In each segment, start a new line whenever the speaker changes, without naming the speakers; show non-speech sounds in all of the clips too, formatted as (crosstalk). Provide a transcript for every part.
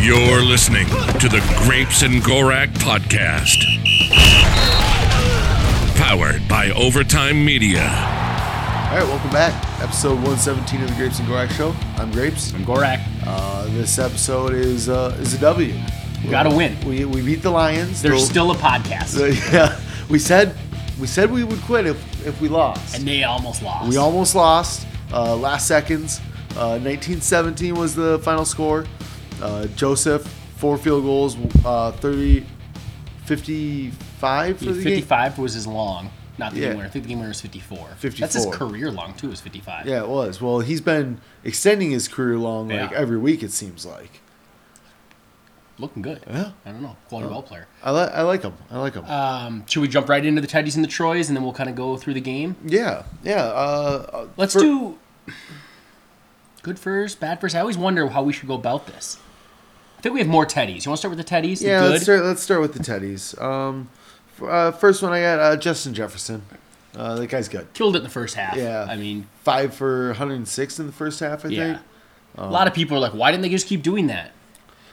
You're listening to the Grapes and Gorak podcast, powered by Overtime Media.
All right, welcome back. Episode 117 of the Grapes and Gorak Show. I'm Grapes.
I'm Gorak.
Uh, this episode is uh, is a W.
Gotta win.
We, we beat the Lions.
There's
The-
still a podcast.
the- (laughs) yeah, we said we said we would quit if if we lost.
and they almost lost.
we almost lost. Uh, last seconds. Uh, 1917 was the final score. Uh, Joseph four field goals. Uh, 30, 55 for the game.
55 was his long, not the
Yeah.
game winner. I think the game winner was 54. That's
54.
his career long, too, is 55.
Yeah, it was. Well, he's been extending his career long like
Yeah.
every week. It seems like.
Looking good.
Yeah.
I don't know. Quality ball player.
I, li- I like him. I like him.
Um, should we jump right into the Teddies and the Troys and then we'll kind of go through the game?
Yeah, yeah. Uh, uh,
Let's
for-
do good first, bad first. I always wonder how we should go about this. I think we have more Teddies. You want to start with the Teddies? The
Yeah,
good?
let's start. Let's start with the Teddies. Um, f- uh, first one I got uh, Justin Jefferson. Uh, that guy's good.
Killed it in the first half.
Yeah.
I mean,
Five for 106 in the first half, I
Yeah.
think.
a lot of people are like, why didn't they just keep doing that?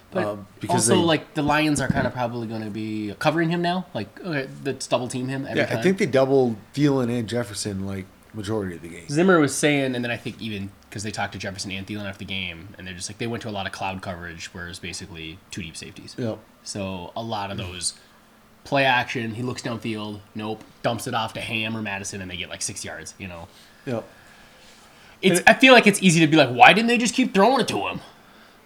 But
Um, because
also,
they-
like, the Lions are kind of probably going to be covering him now. Like, okay, let's double team him every
Yeah,
time.
I think they doubled Thielen and Jefferson like majority of the game.
Zimmer was saying, and then I think even because they talked to Jefferson and Thielen after the game, and they're just like, they went to a lot of cloud coverage, where it's basically two deep safeties.
Yep.
So a lot of those play action, he looks downfield, nope, dumps it off to Ham or Madison, and they get like six yards, you know.
Yep.
It's, I feel like it's easy to be like, why didn't they just keep throwing it to him?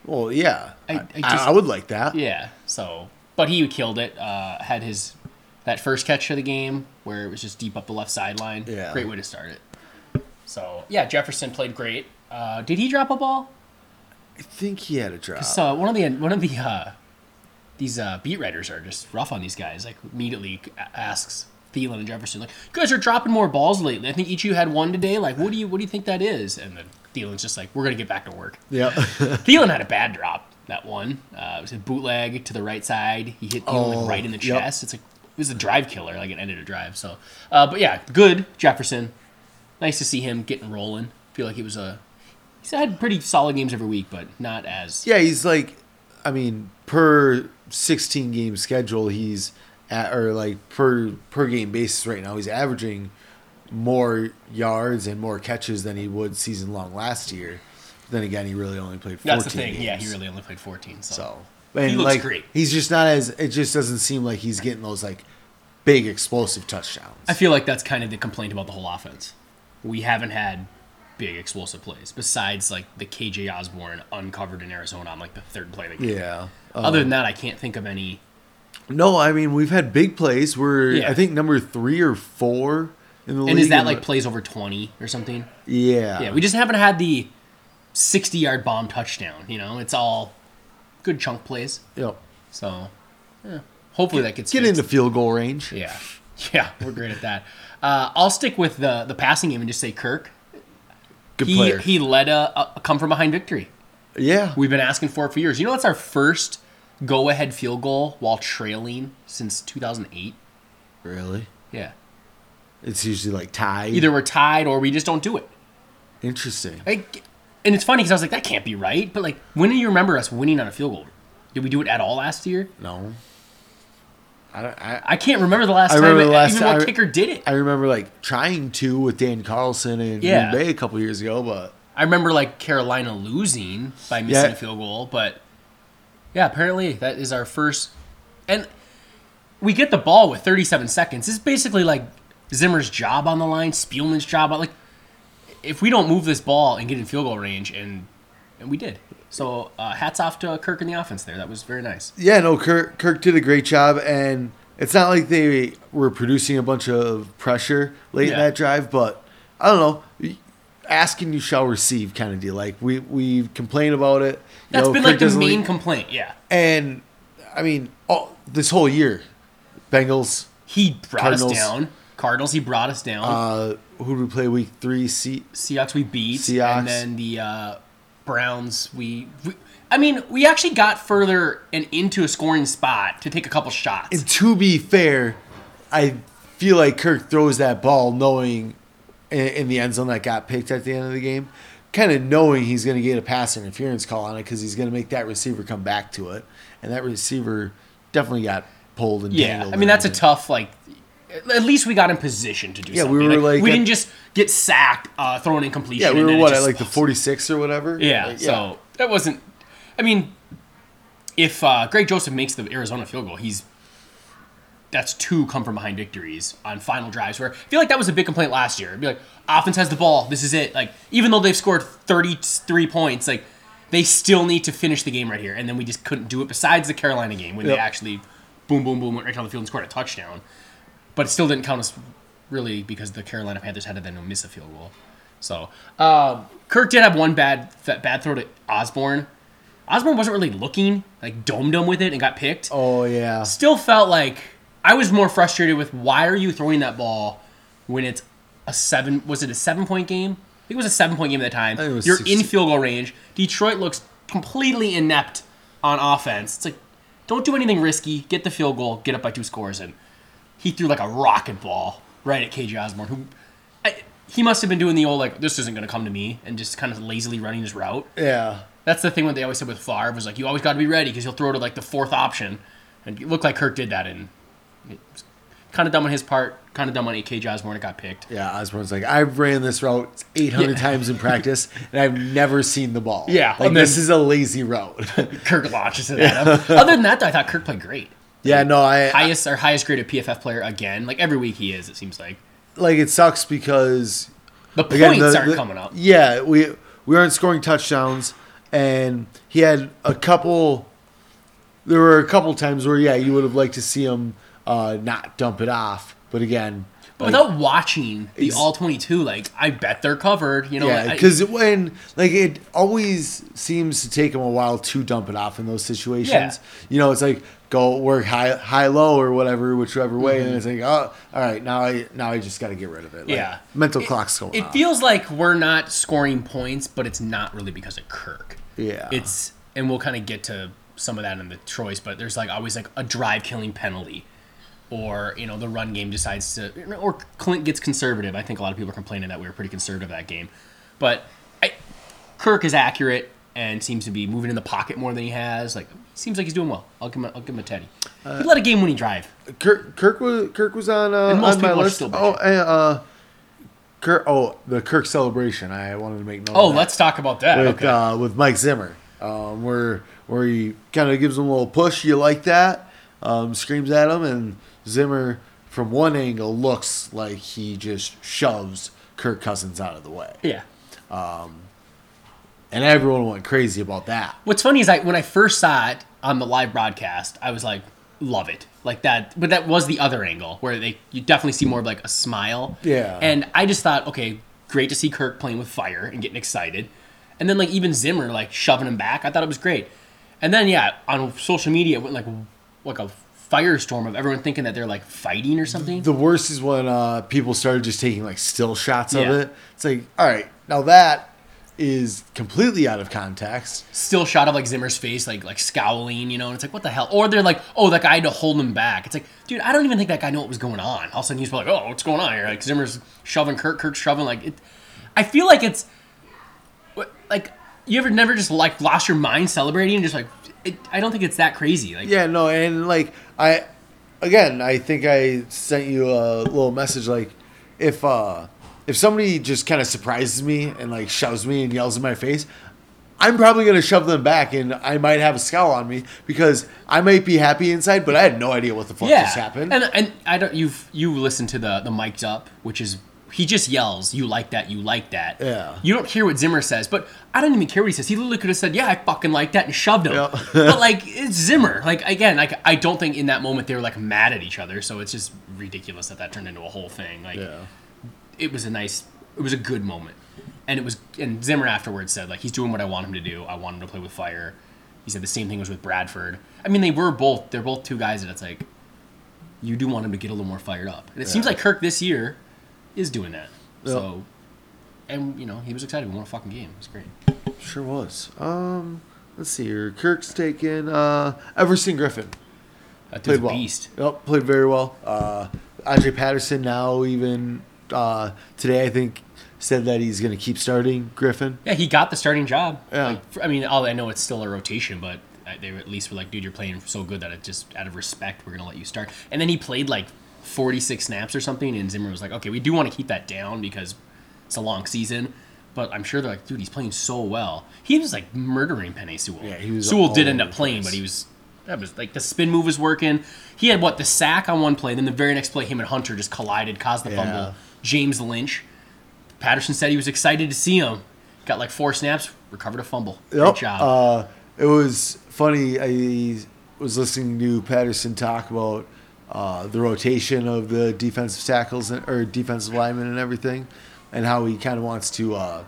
Well, yeah. I,
I-
I,
I just-
I would like that.
Yeah. So, but he killed it. Uh, had his that first catch of the game where it was just deep up the left sideline.
Yeah.
Great way to start it. So yeah, Jefferson played great. Uh, did he drop a ball?
I think he had a drop.
So one of the one of the uh, these uh, beat writers are just rough on these guys. Like immediately a- asks Thielen and Jefferson, like you guys are dropping more balls lately. I think each of you had one today. Like what do you what do you think that is? And then Thielen's just like, we're gonna get back to work.
Yeah. (laughs)
Thielen had a bad drop that one. Uh, it was a bootleg to the right side. He hit Thielen
Oh,
like, right in the
yep.
chest. It's like it was a drive killer. Like it ended a drive. So, uh, but yeah, good Jefferson. Nice to see him getting rolling. Feel like he was a he's had pretty solid games every week, but not as
yeah, he's like, I mean, per 16 game schedule, he's at, or like per per game basis right now, he's averaging more yards and more catches than he would season long last year. Then again, he really only played 14
that's the thing. Yeah,
games.
he really only played 14. So,
So, and
He looks
like,
great.
He's just not as, it just doesn't seem like he's getting those like big explosive touchdowns.
I feel like that's kind of the complaint about the whole offense. We haven't had big explosive plays besides like the KJ Osborne uncovered in Arizona on like the third play of the game.
yeah. Uh,
Other than that, I can't think of any
no, I mean, we've had big plays. We're,
Yeah.
I think, number three or four in the league.
And is that
in
like
the-
plays over 20 or something?
Yeah.
Yeah, we just haven't had the 60 yard bomb touchdown. You know, it's all good chunk plays.
Yep.
So, yeah. hopefully that gets
Get
fixed.
into field goal range.
Yeah. (laughs) Yeah, we're great at that. Uh, I'll stick with the, the passing game and just say Kirk.
Good
He,
player.
he led a, a come from behind victory.
yeah.
We've been asking for it for years. You know, it's our first go ahead field goal while trailing since 2008.
really?
Yeah.
It's usually like tied.
Either we're tied or we just don't do it.
Interesting.
Like, and it's funny because I was like, that can't be right. But like, when do you remember us winning on a field goal? Did we do it at all last year?
No. I, don't, I
I can't remember the last
I
time
remember
that
the last
even
time-
one kicker did it.
I remember like trying to with Dan Carlson in
Yeah.
Green Bay a couple years ago, but
I remember like Carolina losing by missing
Yeah.
a field goal, but yeah, apparently that is our first. And we get the ball with 37 seconds. This is basically like Zimmer's job on the line, Spielman's job. On, like, if we don't move this ball and get in field goal range, and and we did. So uh, hats off to Kirk and the offense there. That was very nice.
yeah, no, Kirk Kirk did a great job, and it's not like they were producing a bunch of pressure late in
Yeah.
that drive, but I don't know. Ask and you shall receive kind of deal. Like we we complain about it. You
That's
know,
been
Kirk
like the
doesn't
main
lead-
complaint. Yeah.
and I mean, all, this whole year, Bengals.
He brought
Cardinals.
us down. Cardinals, he brought us down.
Uh, who did we play week three? See,
Seahawks, we beat.
Seahawks.
And then the uh, Browns, we, we. I mean, we actually got further and into a scoring spot to take a couple shots.
and to be fair, I feel like Kirk throws that ball knowing in, in the end zone that got picked at the end of the game, kind of knowing he's going to get a pass interference call on it because he's going to make that receiver come back to it, and that receiver definitely got pulled and
Yeah,
tangled
I mean that's a
and-
tough like. At least we got in position to do
Yeah, we
something.
were, like,
we
at-
didn't just get sacked, uh, thrown incompletion.
yeah. We
and
were
then it
what at
just-
like the forty six or whatever.
Yeah,
Like,
so that wasn't. I mean, if uh, Greg Joseph makes the Arizona field goal, he's that's two come from behind victories on final drives. Where I feel like that was a big complaint last year. It'd be like offense has the ball, this is it. Like even though they've scored thirty three points, like they still need to finish the game right here, and then we just couldn't do it. Besides the Carolina game when
Yep.
they actually boom boom boom went right down the field and scored a touchdown, but it still didn't count as really because the Carolina Panthers had to then miss a field goal. So um, Kirk did have one bad that bad throw to Osborne. Osborne wasn't really looking, like domed him with it and got picked.
Oh yeah.
Still felt like I was more frustrated with why are you throwing that ball when it's a seven? Was it a seven point game? I think it was a seven point game at the time.
think it was
You're
16.
in field goal range. Detroit looks completely inept on offense. It's like don't do anything risky. Get the field goal. Get up by two scores, and he threw like a rocket ball right at KJ Osborne, who I, he must have been doing the old like this isn't going to come to me, and just kind of lazily running his route.
Yeah.
That's the thing what they always said with Favre was like you always got to be ready because he'll throw to like the fourth option, and it looked like Kirk did that and kind of dumb on his part, kind of dumb on AK Osborne. It got picked. (laughs)
Yeah, Osborne's like, I've ran this route 800 times in practice, and I've never seen the ball.
Yeah,
Like,
and
this
then-
is a lazy route. (laughs)
Kirk launches it at him. Other than that, though, I thought Kirk played great.
yeah, no, I, I-
Highest our highest graded PFF player again. Like every week he is. It seems like
like it sucks because
the
again,
points
the-
aren't
the-
coming up.
Yeah, we we aren't scoring touchdowns, and he had a couple. There were a couple times where yeah, you would have liked to see him uh, not dump it off, but again,
But
like,
without watching the
Ex-
all twenty two, like I bet they're covered. You know,
Yeah,
I-
because when like it always seems to take them a while to dump it off in those situations. You know, it's like go work high, high, low, or whatever, whichever way, and it's like, oh, all right, now I now I just got to get rid of it. Like,
Mm-hmm. Yeah.
mental clock's going.
It
off.
feels like we're not scoring points, but it's not really because of Kirk.
Yeah.
It's and we'll kind of get to some of that in the choice, but there's like always like a drive killing penalty. Or, you know, the run game decides to or Clint gets conservative. I think a lot of people are complaining that we were pretty conservative that game. But I Kirk is accurate and seems to be moving in the pocket more than he has. Like seems like he's doing well. I'll give him a, I'll give him a teddy.
Uh,
he let a game winning drive.
Kirk, Kirk was Kirk was on uh,
And most
on my
people are
list.
still
oh,
bitching.
and, uh, Kirk. Oh, the Kirk celebration. I wanted to make note.
Oh,
of that.
let's talk about that.
with
okay.
uh, with Mike Zimmer, um, where where he kind of gives him a little push. You like that? Um, screams at him, and Zimmer from one angle looks like he just shoves Kirk Cousins out of the way,
yeah.
and everyone went crazy about that.
What's funny is I when I first saw it on the live broadcast, I was like, love it. Like that but that was the other angle where they you definitely see more of like a smile.
Yeah.
And I just thought, okay, great to see Kirk playing with fire and getting excited. And then like even Zimmer like shoving him back. I thought it was great. And then yeah, on social media it went like like a firestorm of everyone thinking that they're like fighting or something.
The worst is when uh, people started just taking like still shots
Yeah.
of it. It's like, all right, now that is completely out of context.
still shot of like Zimmer's face, like like scowling, you know, and it's like, what the hell? Or they're like, oh, that guy had to hold him back. It's like, dude, I don't even think that guy knew what was going on. All of a sudden he's like, oh, what's going on here? Like Zimmer's shoving Kirk, Kirk's shoving. Like it, I feel like it's what- like you ever never just like lost your mind celebrating and just like it, I don't think it's that crazy. Like
Yeah, no, and like I again, I think I sent you a little message like if uh if somebody just kind of surprises me and like shoves me and yells in my face, I'm probably going to shove them back and I might have a scowl on me because I might be happy inside, but I had no idea what the fuck just happened.
And and I don't you've you listen to the the mic'd up, which is he just yells, "You like that? You like that?"
Yeah.
You don't hear what Zimmer says, but I don't even care what he says. He literally could have said, "Yeah, I fucking like that," and shoved him.
Yeah.
(laughs) but like it's Zimmer. Like again, like I don't think in that moment they were like mad at each other. So it's just ridiculous that that turned into a whole thing. Like
yeah.
it was a nice it was a good moment and it was and zimmer afterwards said like he's doing what i want him to do i want him to play with fire he said the same thing was with bradford i mean they were both they're both two guys that it's like you do want him to get a little more fired up and it seems
Yeah.
like kirk this year is doing that so and you know he was excited we won a fucking game it was great Uh,
Sure was. Um let's see here. Kirk's taken uh Everson Griffin.
that dude's
played
a
well.
beast
Yep, played very well. Uh, Andre Patterson now even uh, today I think said that he's going to keep starting Griffin.
Yeah, he got the starting job.
Yeah.
Like, for- I mean, all I know it's still a rotation, but uh, they at least were like, dude, you're playing so good that it just out of respect, we're gonna let you start. And then he played like 46 snaps or something, and Zimmer was like, okay, we do want to keep that down because it's a long season. But I'm sure they're like, dude, he's playing so well. He was like murdering Penny Sewell.
Yeah, he was
Sewell
all
did end
over
up
the
playing,
place.
but he was that was like the spin move was working. He had what the sack on one play, then the very next play, him and Hunter just collided, caused the
Yeah.
fumble. James Lynch. Patterson said he was excited to see him. Got like four snaps, recovered a fumble.
Yep.
Good job.
Uh, it was funny. I was listening to Patterson talk about uh, the rotation of the defensive tackles and, or defensive linemen and everything, and how he kind of wants to. Uh,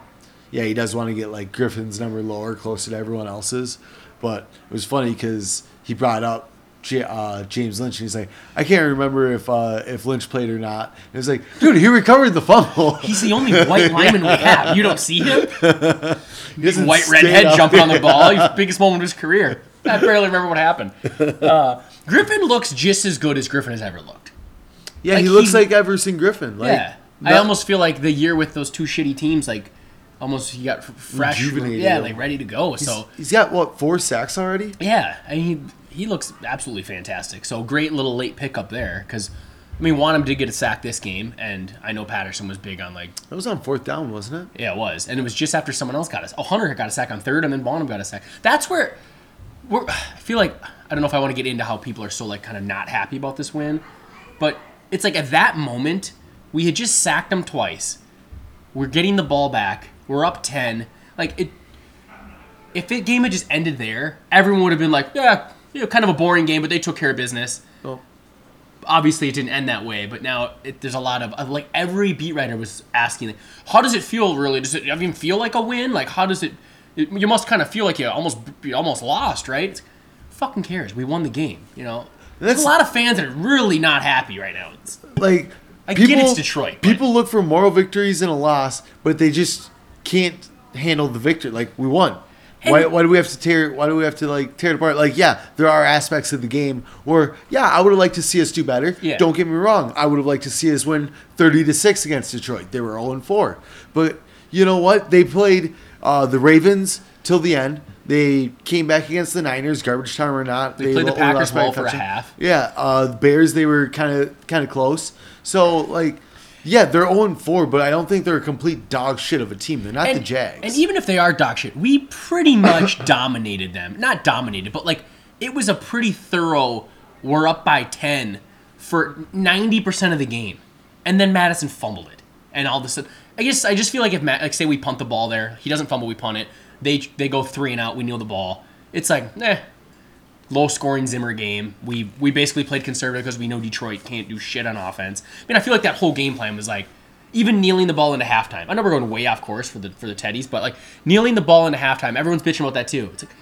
yeah, he does want to get like Griffin's number lower, closer to everyone else's. But it was funny because he brought up J- uh, James Lynch, and he's like, I can't remember if uh, if Lynch played or not. And it was like, dude, he recovered the fumble. (laughs)
He's the only white lineman we have. You don't see him?
He doesn't
White
stand
redhead
up.
jumping on the
(laughs)
ball. His biggest moment of his career. I barely remember what happened. Uh, Griffin looks just as good as Griffin has ever looked.
Yeah,
like,
he looks
he-
like Everson Griffin. Like,
Yeah. I
not-
almost feel like the year with those two shitty teams, like, almost he got f- fresh.
Rejuvenated
Yeah,
him.
like ready to go. So
he's got what four sacks already?
Yeah, I mean, he looks absolutely fantastic. So great little late pickup there because, I mean, Wanham did get a sack this game, and I know Patterson was big on like,
That was on fourth down, wasn't it?
yeah, it was, and it was just after someone else got us. Oh, Hunter got a sack on third, and then Wanham got a sack. That's where we're. I feel like I don't know if I want to get into how people are so like kind of not happy about this win, but it's like at that moment we had just sacked them twice. We're getting the ball back. We're up ten. Like it if the game had just ended there, everyone would have been like, yeah, you know, kind of a boring game, but they took care of business.
Well-
Obviously, it didn't end that way, but now it, there's a lot of, of, like every beat writer was asking, like, how does it feel? Really, does it even feel like a win? Like, how does it? it you must kind of feel like you almost you almost lost, right? It's, fucking cares? We won the game, you know. there's
That's-
a lot of fans that are really not happy right now. It's,
Like
I get it's Detroit, but-
People look for moral victories in a loss, but they just can't handle the victory. Like we won. Why,
And-
why do we have to tear? Why do we have to like tear it apart? Like, yeah, there are aspects of the game where, yeah, I would have liked to see us do better.
Yeah.
Don't get me wrong. I would have liked to see us win thirty to six against Detroit. They were zero and four, but you know what? They played uh, the Ravens till the end. They came back against the Niners, garbage time or not. They,
played the
lo- only
Packers
lost by
well for a
touchdown.
half.
Yeah, uh, the Bears they were kind of kind of close. So like, yeah, they're 0 4, but I don't think they're a complete dog shit of a team. They're not the Jags.
And even if they are dog shit, we
(coughs)
pretty much dominated them. Not dominated, but like it was a pretty thorough. We're up by ten for ninety percent of the game, and then Madison fumbled it, and all of a sudden, I guess I just feel like if Matt, like say we punt the ball there, he doesn't fumble, we punt it. They they go three and out, we kneel the ball. It's like, eh, low scoring Zimmer game. We we basically played conservative because we know Detroit can't do shit on offense. I mean, I feel like that whole game plan was like even kneeling the ball into halftime. I know we're going way off course for the for the Teddies, but like kneeling the ball into halftime, everyone's bitching about that too. It's like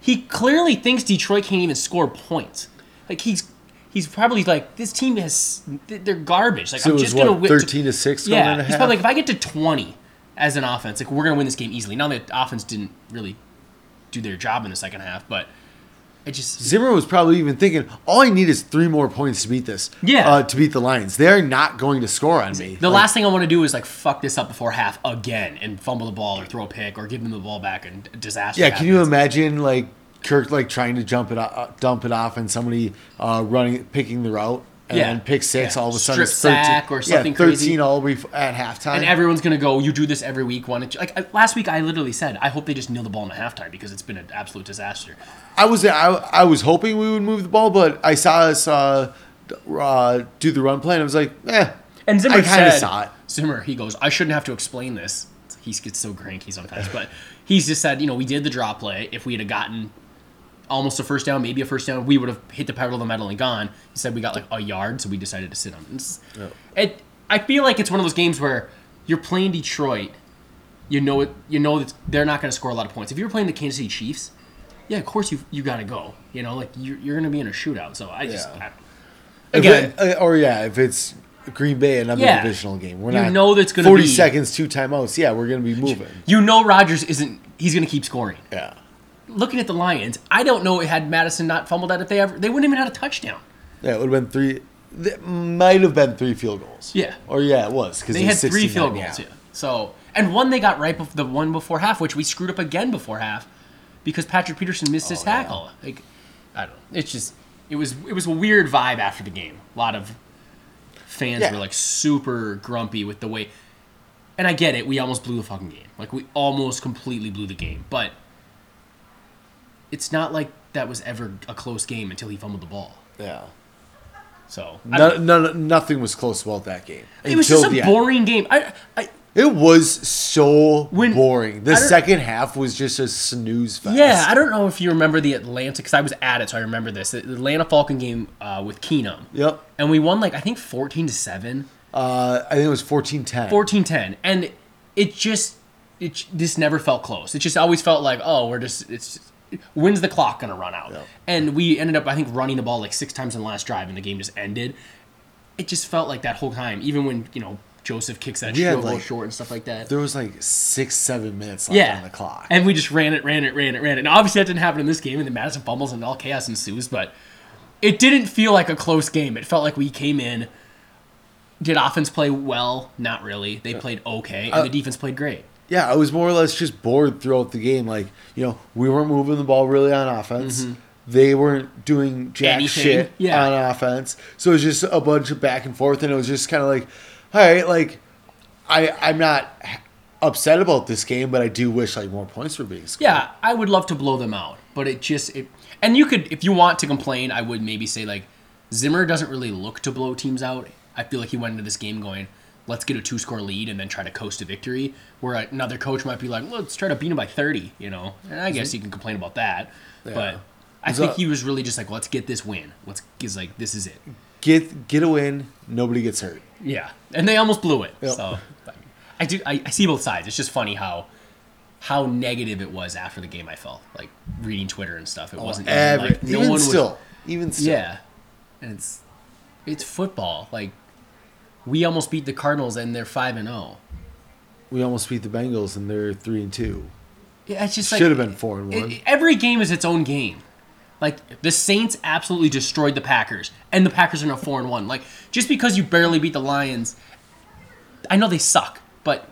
he clearly thinks Detroit can't even score points. Like he's he's probably like this team has they're garbage. Like
So
I'm
it was
just
what,
gonna win
13 to 6 going
Yeah,
into
he's probably
half?
like if I get to twenty as an offense, like we're gonna win this game easily. Now that offense didn't really do their job in the second half, but it just
Zimmer was probably even thinking, all I need is three more points to beat this.
Yeah.
Uh, to beat the Lions. They're not going to score on me.
The
Like,
last thing I want to do is like fuck this up before half again and fumble the ball or throw a pick or give them the ball back and disaster.
Yeah, can you
happens.
imagine like Kirk like trying to jump it o- uh, dump it off and somebody uh, running picking the route and
Yeah.
then pick six
Yeah.
all of a sudden
Strip
it's 13
sack or something
yeah, 13
crazy.
all bef- at halftime.
And everyone's gonna go. You do this every week. Why don't you? Like I- last week, I literally said, I hope they just kneel the ball in halftime because it's been an absolute disaster.
I was I, I was hoping we would move the ball, but I saw us uh, uh, do the run play, and I was like, eh.
And Zimmer
I kinda
said,
saw it.
Zimmer, he goes, I shouldn't have to explain this. He gets so cranky sometimes, but he's just said, you know, we did the drop play. If we had gotten almost a first down, maybe a first down, we would have hit the pedal to the metal and gone. He said we got like a yard, so we decided to sit on this. It, I feel like it's one of those games where you're playing Detroit. You know it. You know that they're not going to score a lot of points. If you're playing the Kansas City Chiefs, yeah, of course you you got to go. You know, like you're, you're going to be in a shootout. So I just
Yeah.
I don't,
If
again.
it- uh, or yeah, if it's Green Bay another
Yeah.
divisional game, we're
You
not
know that's gonna
forty
be-
seconds, two timeouts. Yeah, we're gonna be moving.
You know Rodgers isn't. He's going to keep scoring.
Yeah,
Looking at the Lions, I don't know had Madison not fumbled that if they ever they wouldn't even had a touchdown.
yeah, it would have been three. That might have been three field goals.
Yeah.
or yeah, it was because
They had three field goals. Yeah. So And one they got right before the one before half, which we screwed up again before half because Patrick Peterson missed
Oh,
his tackle. Like I don't know. It's just it was it was a weird vibe after the game. A lot of fans
Yeah.
were like super grumpy with the way and I get it, we almost blew the fucking game. Like we almost completely blew the game, but it's not like that was ever a close game until he fumbled the ball.
Yeah.
So I don't
No, no,
know.
nothing was close about that game.
it was just
until the
a
end.
boring game. I, I
It was so
When-
boring. The
I don't-
second half was just a snooze fest.
Yeah, I don't know if you remember the Atlanta because I was at it, so I remember this. The Atlanta Falcon game uh, with Keenum.
Yep.
And we won like I think fourteen to seven,
Uh, I think it was 14-10.
14-10. and it just it j- this never felt close. It just always felt like oh we're just it's when's the clock gonna run out?
Yep.
And we ended up I think running the ball like six times in the last drive, and the game just ended. It just felt like that whole time, even when you know Joseph kicks that
We had,
field goal
like,
short and stuff like that.
There was like six, seven minutes left on the clock.
And we just ran it, ran it, ran it, ran it. And obviously that didn't happen in this game, and then Madison fumbles and all chaos ensues, but it didn't feel like a close game. It felt like we came in, did offense play well? Not really. They played okay,
Uh,
and the defense played great.
yeah, I was more or less just bored throughout the game. Like, you know, we weren't moving the ball really on offense. They weren't doing jack
Mm-hmm. Anything.
shit
Yeah.
on offense. So it was just a bunch of back and forth, and it was just kind of like, all right, like, I I'm not h- upset about this game, but I do wish like more points were being scored.
Yeah, I would love to blow them out, but it just it. And you could, if you want to complain, I would maybe say like Zimmer doesn't really look to blow teams out. I feel like he went into this game going, let's get a two score lead and then try to coast to victory. Where another coach might be like, let's try to beat him by thirty, you know. And I guess you can complain about that, but I
Is
think
that-
he was really just like, let's get this win. Let's is like this is it.
Get get a win. Nobody gets hurt.
Yeah, and they almost blew it.
Yep.
So I do. I, I see both sides. It's just funny how how negative it was after the game. I felt like reading Twitter and stuff. It wasn't even,
Oh, Every,
like,
even still, even still.
yeah, and it's it's football. Like we almost beat the Cardinals, and they're five and oh. zero.
we almost beat the Bengals, and they're three and two.
Yeah, It's just like,
Should have been four and
it-
one.
it- every game is its own game. Like the Saints absolutely destroyed the Packers, and the Packers are now four and one. Like just because you barely beat the Lions, I know they suck, but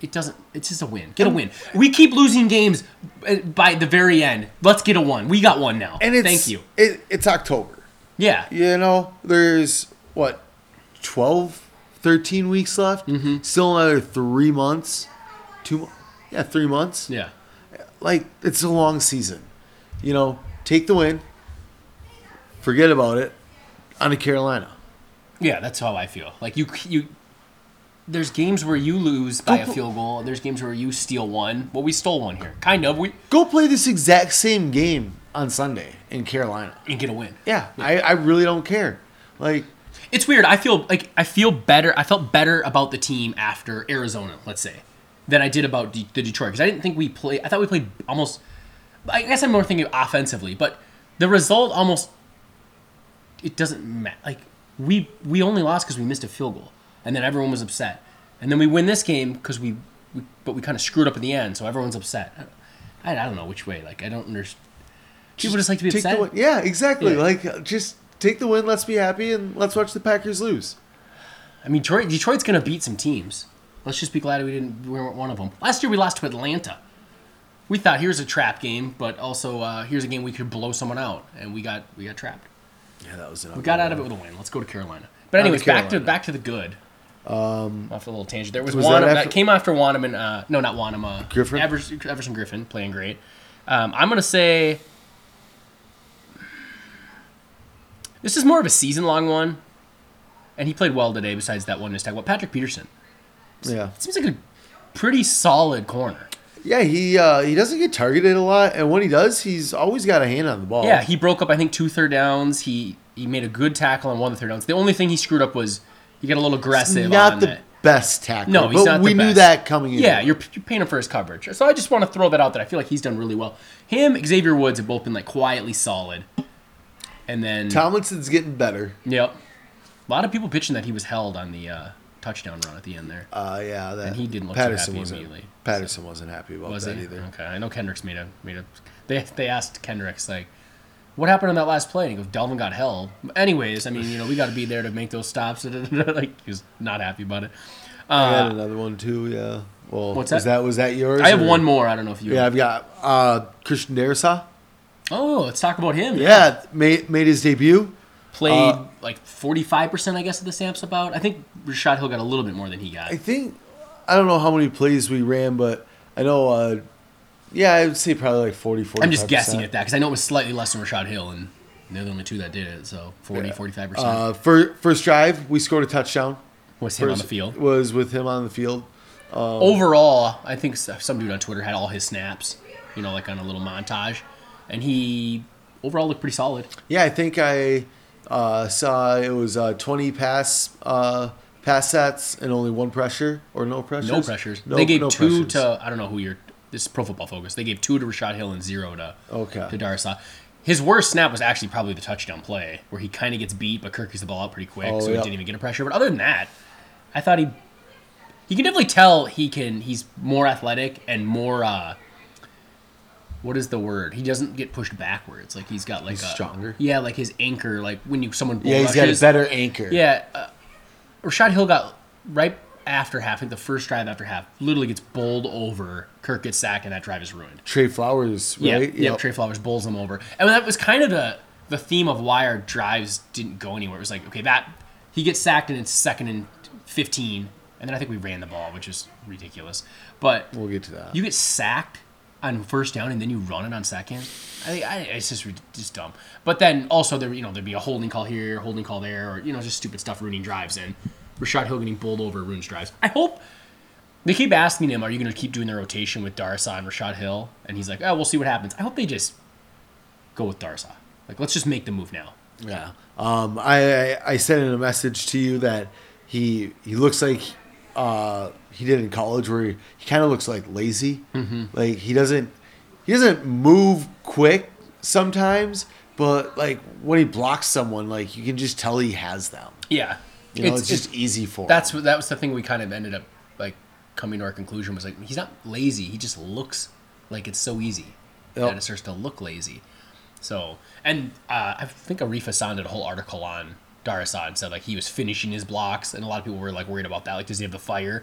it doesn't. It's just a win. Get a win. We keep losing games uh, by the very end. Let's get a one. We got one now.
And it's
thank you.
It, it's October.
Yeah,
You know, there's what 12, 13 weeks left.
Mm-hmm.
Still another three months. Two, mo- yeah, three months.
yeah.
Like it's a long season. You know, take the win. Forget about it. On to Carolina.
Yeah, that's how I feel. Like you, you. There's games where you lose by a field goal. and There's games where you steal one. Well, we stole one here, kind of. We
Go play this exact same game on Sunday in Carolina.
and get a win.
Yeah, I, I really don't care. Like
It's weird. I feel like I feel better. I felt better about the team after Arizona, let's say, than I did about De- the Detroit because I didn't think we play. I thought we played almost. I guess I'm more thinking offensively, but the result almost. It doesn't matter. Like we we only lost because we missed a field goal, and then everyone was upset, and then we win this game because we, we but we kind of screwed up in the end, so everyone's upset. I, I don't know which way. Like I don't understand. People just like to be
take the
upset.
win. Yeah, exactly.
Yeah.
Like just take the win. Let's be happy and let's watch the Packers lose.
I mean, Detroit, Detroit's going to beat some teams. Let's just be glad we didn't. We weren't one of them. Last year we lost to Atlanta. We thought here's a trap game, but also uh, here's a game we could blow someone out, and we got we got trapped.
Yeah, that was an.
We got out of it with a win. Let's go to Carolina. But anyways, back to
Carolina.
back to the good. Um, off a little tangent. There was,
was that
Wanam, that,
after-
came after Wanam and uh, no, not Wanam. Uh,
Griffin?
Everson, Everson Griffin playing great. Um, I'm gonna say this is more of a season long one, and he played well today. Besides that one mistake, what Patrick Peterson
Yeah,
seems like a pretty solid corner.
yeah. He uh, he doesn't get targeted a lot, and when he does, he's always got a hand on the ball.
Yeah, he broke up I think two third downs. He he made a good tackle on one of the third downs. The only thing he screwed up was he got a little aggressive.
not
on
the
that.
best tackler.
No, he's
but
not the
we knew
best.
that coming in.
Yeah, you're, you're paying him for his coverage. So I just want to throw that out that I feel like he's done really well. Him, Xavier Woods have both been like quietly solid. And then,
Tomlinson's getting better.
yep, a lot of people pitching that he was held on the uh, touchdown run at the end there.
Uh, yeah, that
And he didn't look too happy
wasn't,
immediately,
Patterson wasn't happy about
was
that
he?
either.
Okay, I know Kendricks made a made a. They they asked Kendricks like, what happened on that last play? And he goes, Delvin got held. Anyways, I mean, you know, we got to be (laughs) there to make those stops. like he was not happy about it.
I had another one too. Yeah, Well,
Uh, What's
was
that?
that was that yours?
I have
or-
one more. I don't know if you.
Yeah, I've got uh, Christian Darrisaw.
Oh, let's talk about him.
Yeah, made made his debut.
Played
Uh,
like forty five percent, I guess, of the snaps. About I think Rashad Hill got a little bit more than he got.
I think I don't know how many plays we ran, but I know. Uh, yeah, I would say probably like 40, 45
I'm just guessing at that because I know it was slightly less than Rashad Hill, and they're the only two that did it. So 40, 45 percent
Uh, fir- first drive, we scored a touchdown.
was him on
First- um,
the field.
was with him on the field.
Overall, I think s- some dude on Twitter had all his snaps, you know, like on a little montage, and he overall looked pretty solid.
Yeah, I think I uh, saw it was uh, twenty pass uh, pass sets and only one pressure or no pressures.
No pressures.
No-
they gave
no
two
pressures.
to I don't know who you're. This is Pro Football Focus. They gave two to Rashad Hill and zero to
Okay.
to Darsa. His worst snap was actually probably the touchdown play where he kind of gets beat, but Kirk gets the ball out pretty quick,
Oh,
so he
yeah.
didn't even get a pressure. But other than that, I thought he he can definitely tell he can. He's more athletic and more. uh what is the word? He doesn't get pushed backwards. Like he's got like
He's
a,
stronger?
Yeah, like his anchor. Like when you someone bull
Yeah, he's got a
rushes-
better anchor.
yeah, uh, Rashad Hill got right after half, I think the first drive after half, literally gets bowled over. Kirk gets sacked, and that drive is ruined.
Trey Flowers,
Yeah,
right?
yeah.
Yep.
Trey Flowers bowls him over, and that was kind of the the theme of why our drives didn't go anywhere. It was like, okay, that he gets sacked, and it's second and fifteen, and then I think we ran the ball, which is ridiculous. But
We'll get to that.
you get sacked on first down and then you run it on second. I, I it's just rid- just dumb. But then also there you know there'd be a holding call here, holding call there, or you know just stupid stuff ruining drives and Rashad Hill getting bowled over ruins drives. I hope they keep asking him, "Are you going to keep doing the rotation with Darsa and Rashad Hill?" And he's like, "Oh, we'll see what happens." I hope they just go with Darsa. Like, let's just make the move now.
Yeah. Um, I, I I sent in a message to you that he he looks like uh, he did in college, where he, he kind of looks like lazy. Like he doesn't he doesn't move quick sometimes, but like when he blocks someone, like you can just tell he has them.
Yeah,
You know, it's, just easy for. him.
that's what that was the thing we kind of ended up like coming to our conclusion was like he's not lazy he just looks like it's so easy
Yep.
that it starts to look lazy so and uh, i think arif hassan did a whole article on darasan and said like he was finishing his blocks and a lot of people were like worried about that like does he have the fire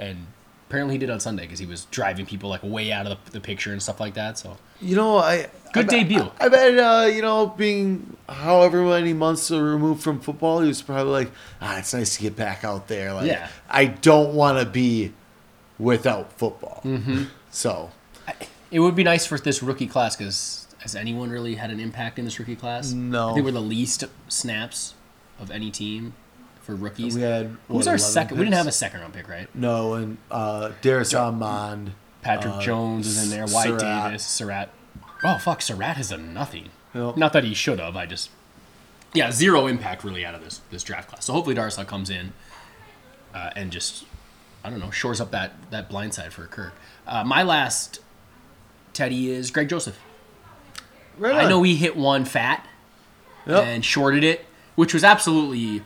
and apparently he did on sunday because he was driving people like way out of the, the picture and stuff like that so
You know, I I,
Good
bet-
debut.
I, bet uh, you know, being however many months removed from football, he was probably like, ah, it's nice to get back out there. Like,
Yeah.
I don't want to be without football. Mm-hmm. So
It would be nice for this rookie class because has anyone really had an impact in this rookie class?
No.
I think we're the least snaps of any team for rookies.
We had,
Who's
what,
our
11
second? We didn't
picks?
have a second round pick, right?
no, and uh, Darius Amond,
Patrick Jones is in there. White
Uh, Surratt.
Davis, Surratt. Oh fuck, Surratt has done nothing.
Yep.
Not that he should have. I just yeah, zero impact really out of this this draft class. So hopefully Darsa comes in uh, and just I don't know shores up that that blind side for Kirk. Uh, my last Teddy is Greg Joseph.
Right
I
on.
know he hit one fat
Yep.
and shorted it, which was absolutely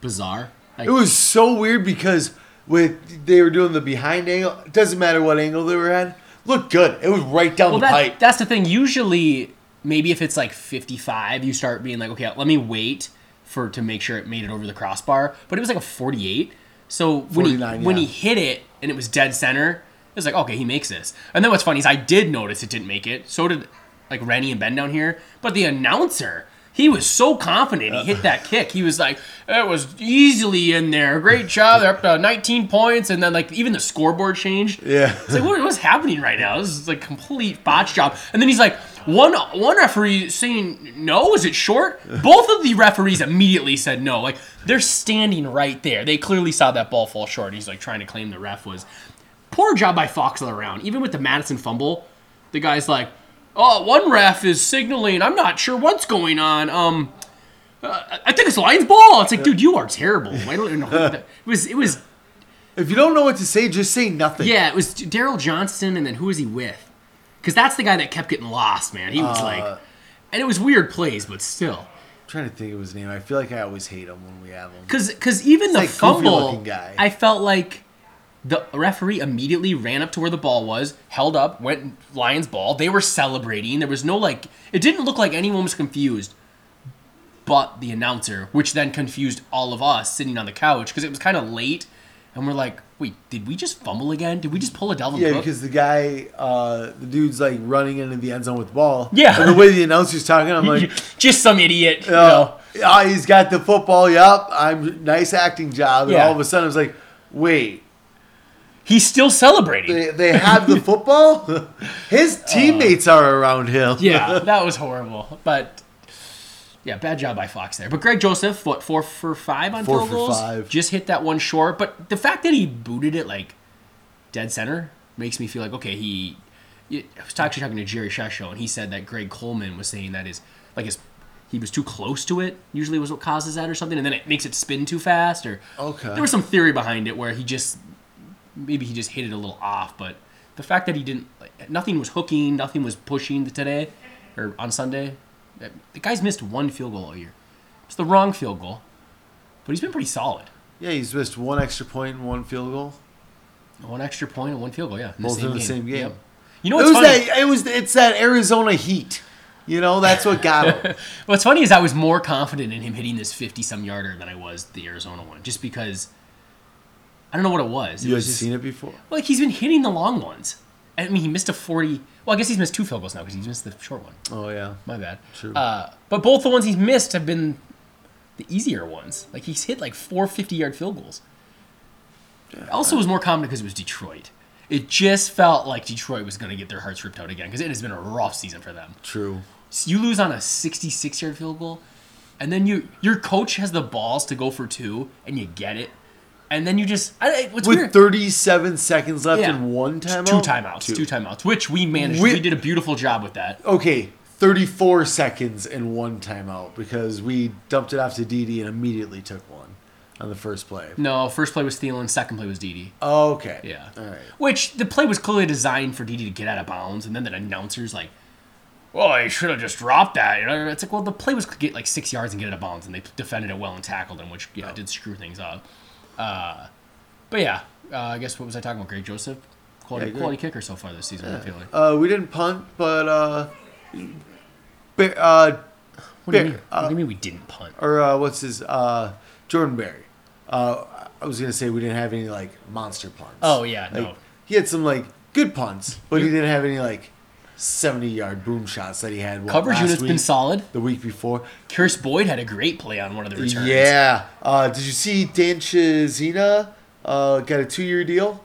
bizarre. Like,
It was so weird because with they were doing the behind angle. It doesn't matter what angle they were at. Looked good. It was right down
well,
the pipe.
that, that's the thing. Usually, maybe if it's like 55, you start being like, okay, let me wait for to make sure it made it over the crossbar. But it was like a 48. So when he,
49,
when he
yeah.
hit it and it was dead center, it was like, okay, he makes this. And then what's funny is I did notice it didn't make it. So did like Rennie and Ben down here. But the announcer, he was so confident he hit that kick. He was like, it was easily in there. Great job. They're up to 19 points. And then like even the scoreboard changed.
Yeah.
It's like what, what's happening right now? This is like complete botch job. And then he's like, one one referee saying no, is it short? Both of the referees immediately said no. Like they're standing right there. They clearly saw that ball fall short. He's like trying to claim the ref was poor job by Fox all around. Even with the Madison fumble, the guy's like, oh, one ref is signaling. I'm not sure what's going on. Um. uh, I think it's Lions ball. It's like, dude, you are terrible. I don't even know. It was it was
(laughs) if you don't know what to say, just say nothing.
yeah, it was Daryl Johnston, and then who was he with? Because that's the guy that kept getting lost, man. He
Uh,
was like, and it was weird plays, but still,
trying to think of his name. I feel like I always hate him when we have him.
because because even the
like goofy
fumble,
looking guy.
I felt like the referee immediately ran up to where the ball was, held up, went Lions ball. They were celebrating. There was no like, it didn't look like anyone was confused. But the announcer, which then confused all of us sitting on the couch because it was kind of late, and we're like, wait, did we just fumble again? Did we just pull a Delvin
Yeah,
Cook?
because the guy, uh, the dude's like running into the end zone with the ball.
Yeah.
And the way the announcer's talking,
(laughs)
I'm like,
just some idiot. you know.
oh, ah, he's got the football. Yup. I'm nice acting job. And
Yeah.
all of a sudden, I was like, wait,
He's still celebrating.
they, they have
(laughs)
the football? His teammates are around him. (laughs)
yeah, that was horrible. But yeah, bad job by Fox there. But Greg Joseph, what four for five on
Four
field
for
goals?
five.
Just hit that one short. But the fact that he booted it like dead center makes me feel like okay, he. I was actually talking to Jerry Shesho, and he said that Greg Coleman was saying that is like his. He was too close to it. Usually, was what causes that or something, and then it makes it spin too fast. Or
Okay.
there was some theory behind it where he just maybe he just hit it a little off, but the fact that he didn't, like, nothing was hooking, nothing was pushing today or on Sunday. that- The guy's missed one field goal all year. It's the wrong field goal, but he's been pretty solid.
Yeah, he's missed one extra point and one field goal.
One extra point and one field goal, yeah. in
Both in the same game.
You know
It
what's
was
funny?
that. It was. It's that Arizona Heat. You know, that's what got
(laughs)
him.
What's funny is I was more confident in him hitting this 50 some yarder than I was the Arizona one, just because I don't know what it was. It
you had
was just-
seen it before.
Like he's been hitting the long ones. I mean, he missed a forty. Well, I guess he's missed two field goals now because he's missed the short one.
Oh yeah.
My bad.
True.
Uh, but both the ones he's missed have been the easier ones. Like he's hit like four 50 yard field goals. also, was more confident because it was Detroit. It just felt like Detroit was going to get their hearts ripped out again because it has been a rough season for them.
True.
So you lose on a 66 yard field goal, and then you your coach has the balls to go for two, and you get it, and then you just I, I- what's
With
weird?
37 seconds left
Yeah.
and one timeout.
Two timeouts. Two, timeouts, which we managed.
We-
We, did a beautiful job with that.
Okay, 34 seconds and one timeout because we dumped it off to DD and immediately took one on the first play.
No, first play was Thielen, second play was Didi.
Okay.
Yeah.
All right.
Which the play was clearly designed for Didi to get out of bounds, and then the announcer's like, "Well, I should have just dropped that." You know, it's like, well, the play was could get like six yards and get out of bounds, and they defended it well and tackled him, which
Oh.
yeah did screw things up. Uh, but yeah, uh, I guess what was I talking about? Greg Joseph, quality,
Yeah, Greg-
quality kicker so far this season. I feel like.
Uh, we didn't punt, but uh, Bear, uh,
What do
Bear-
you mean? what do you mean we didn't punt?
or uh, what's his uh, Jordan Berry. Uh, I was gonna say we didn't have any like monster punts.
Oh, yeah,
Like,
no.
He had some like good punts, but he didn't have any like seventy yard boom shots that he had. What,
Coverage
last
unit's
week,
been solid.
The week before,
Curse Boyd had a great play on one of the returns.
yeah. Uh, did you see Dan Chizina, uh got a two year deal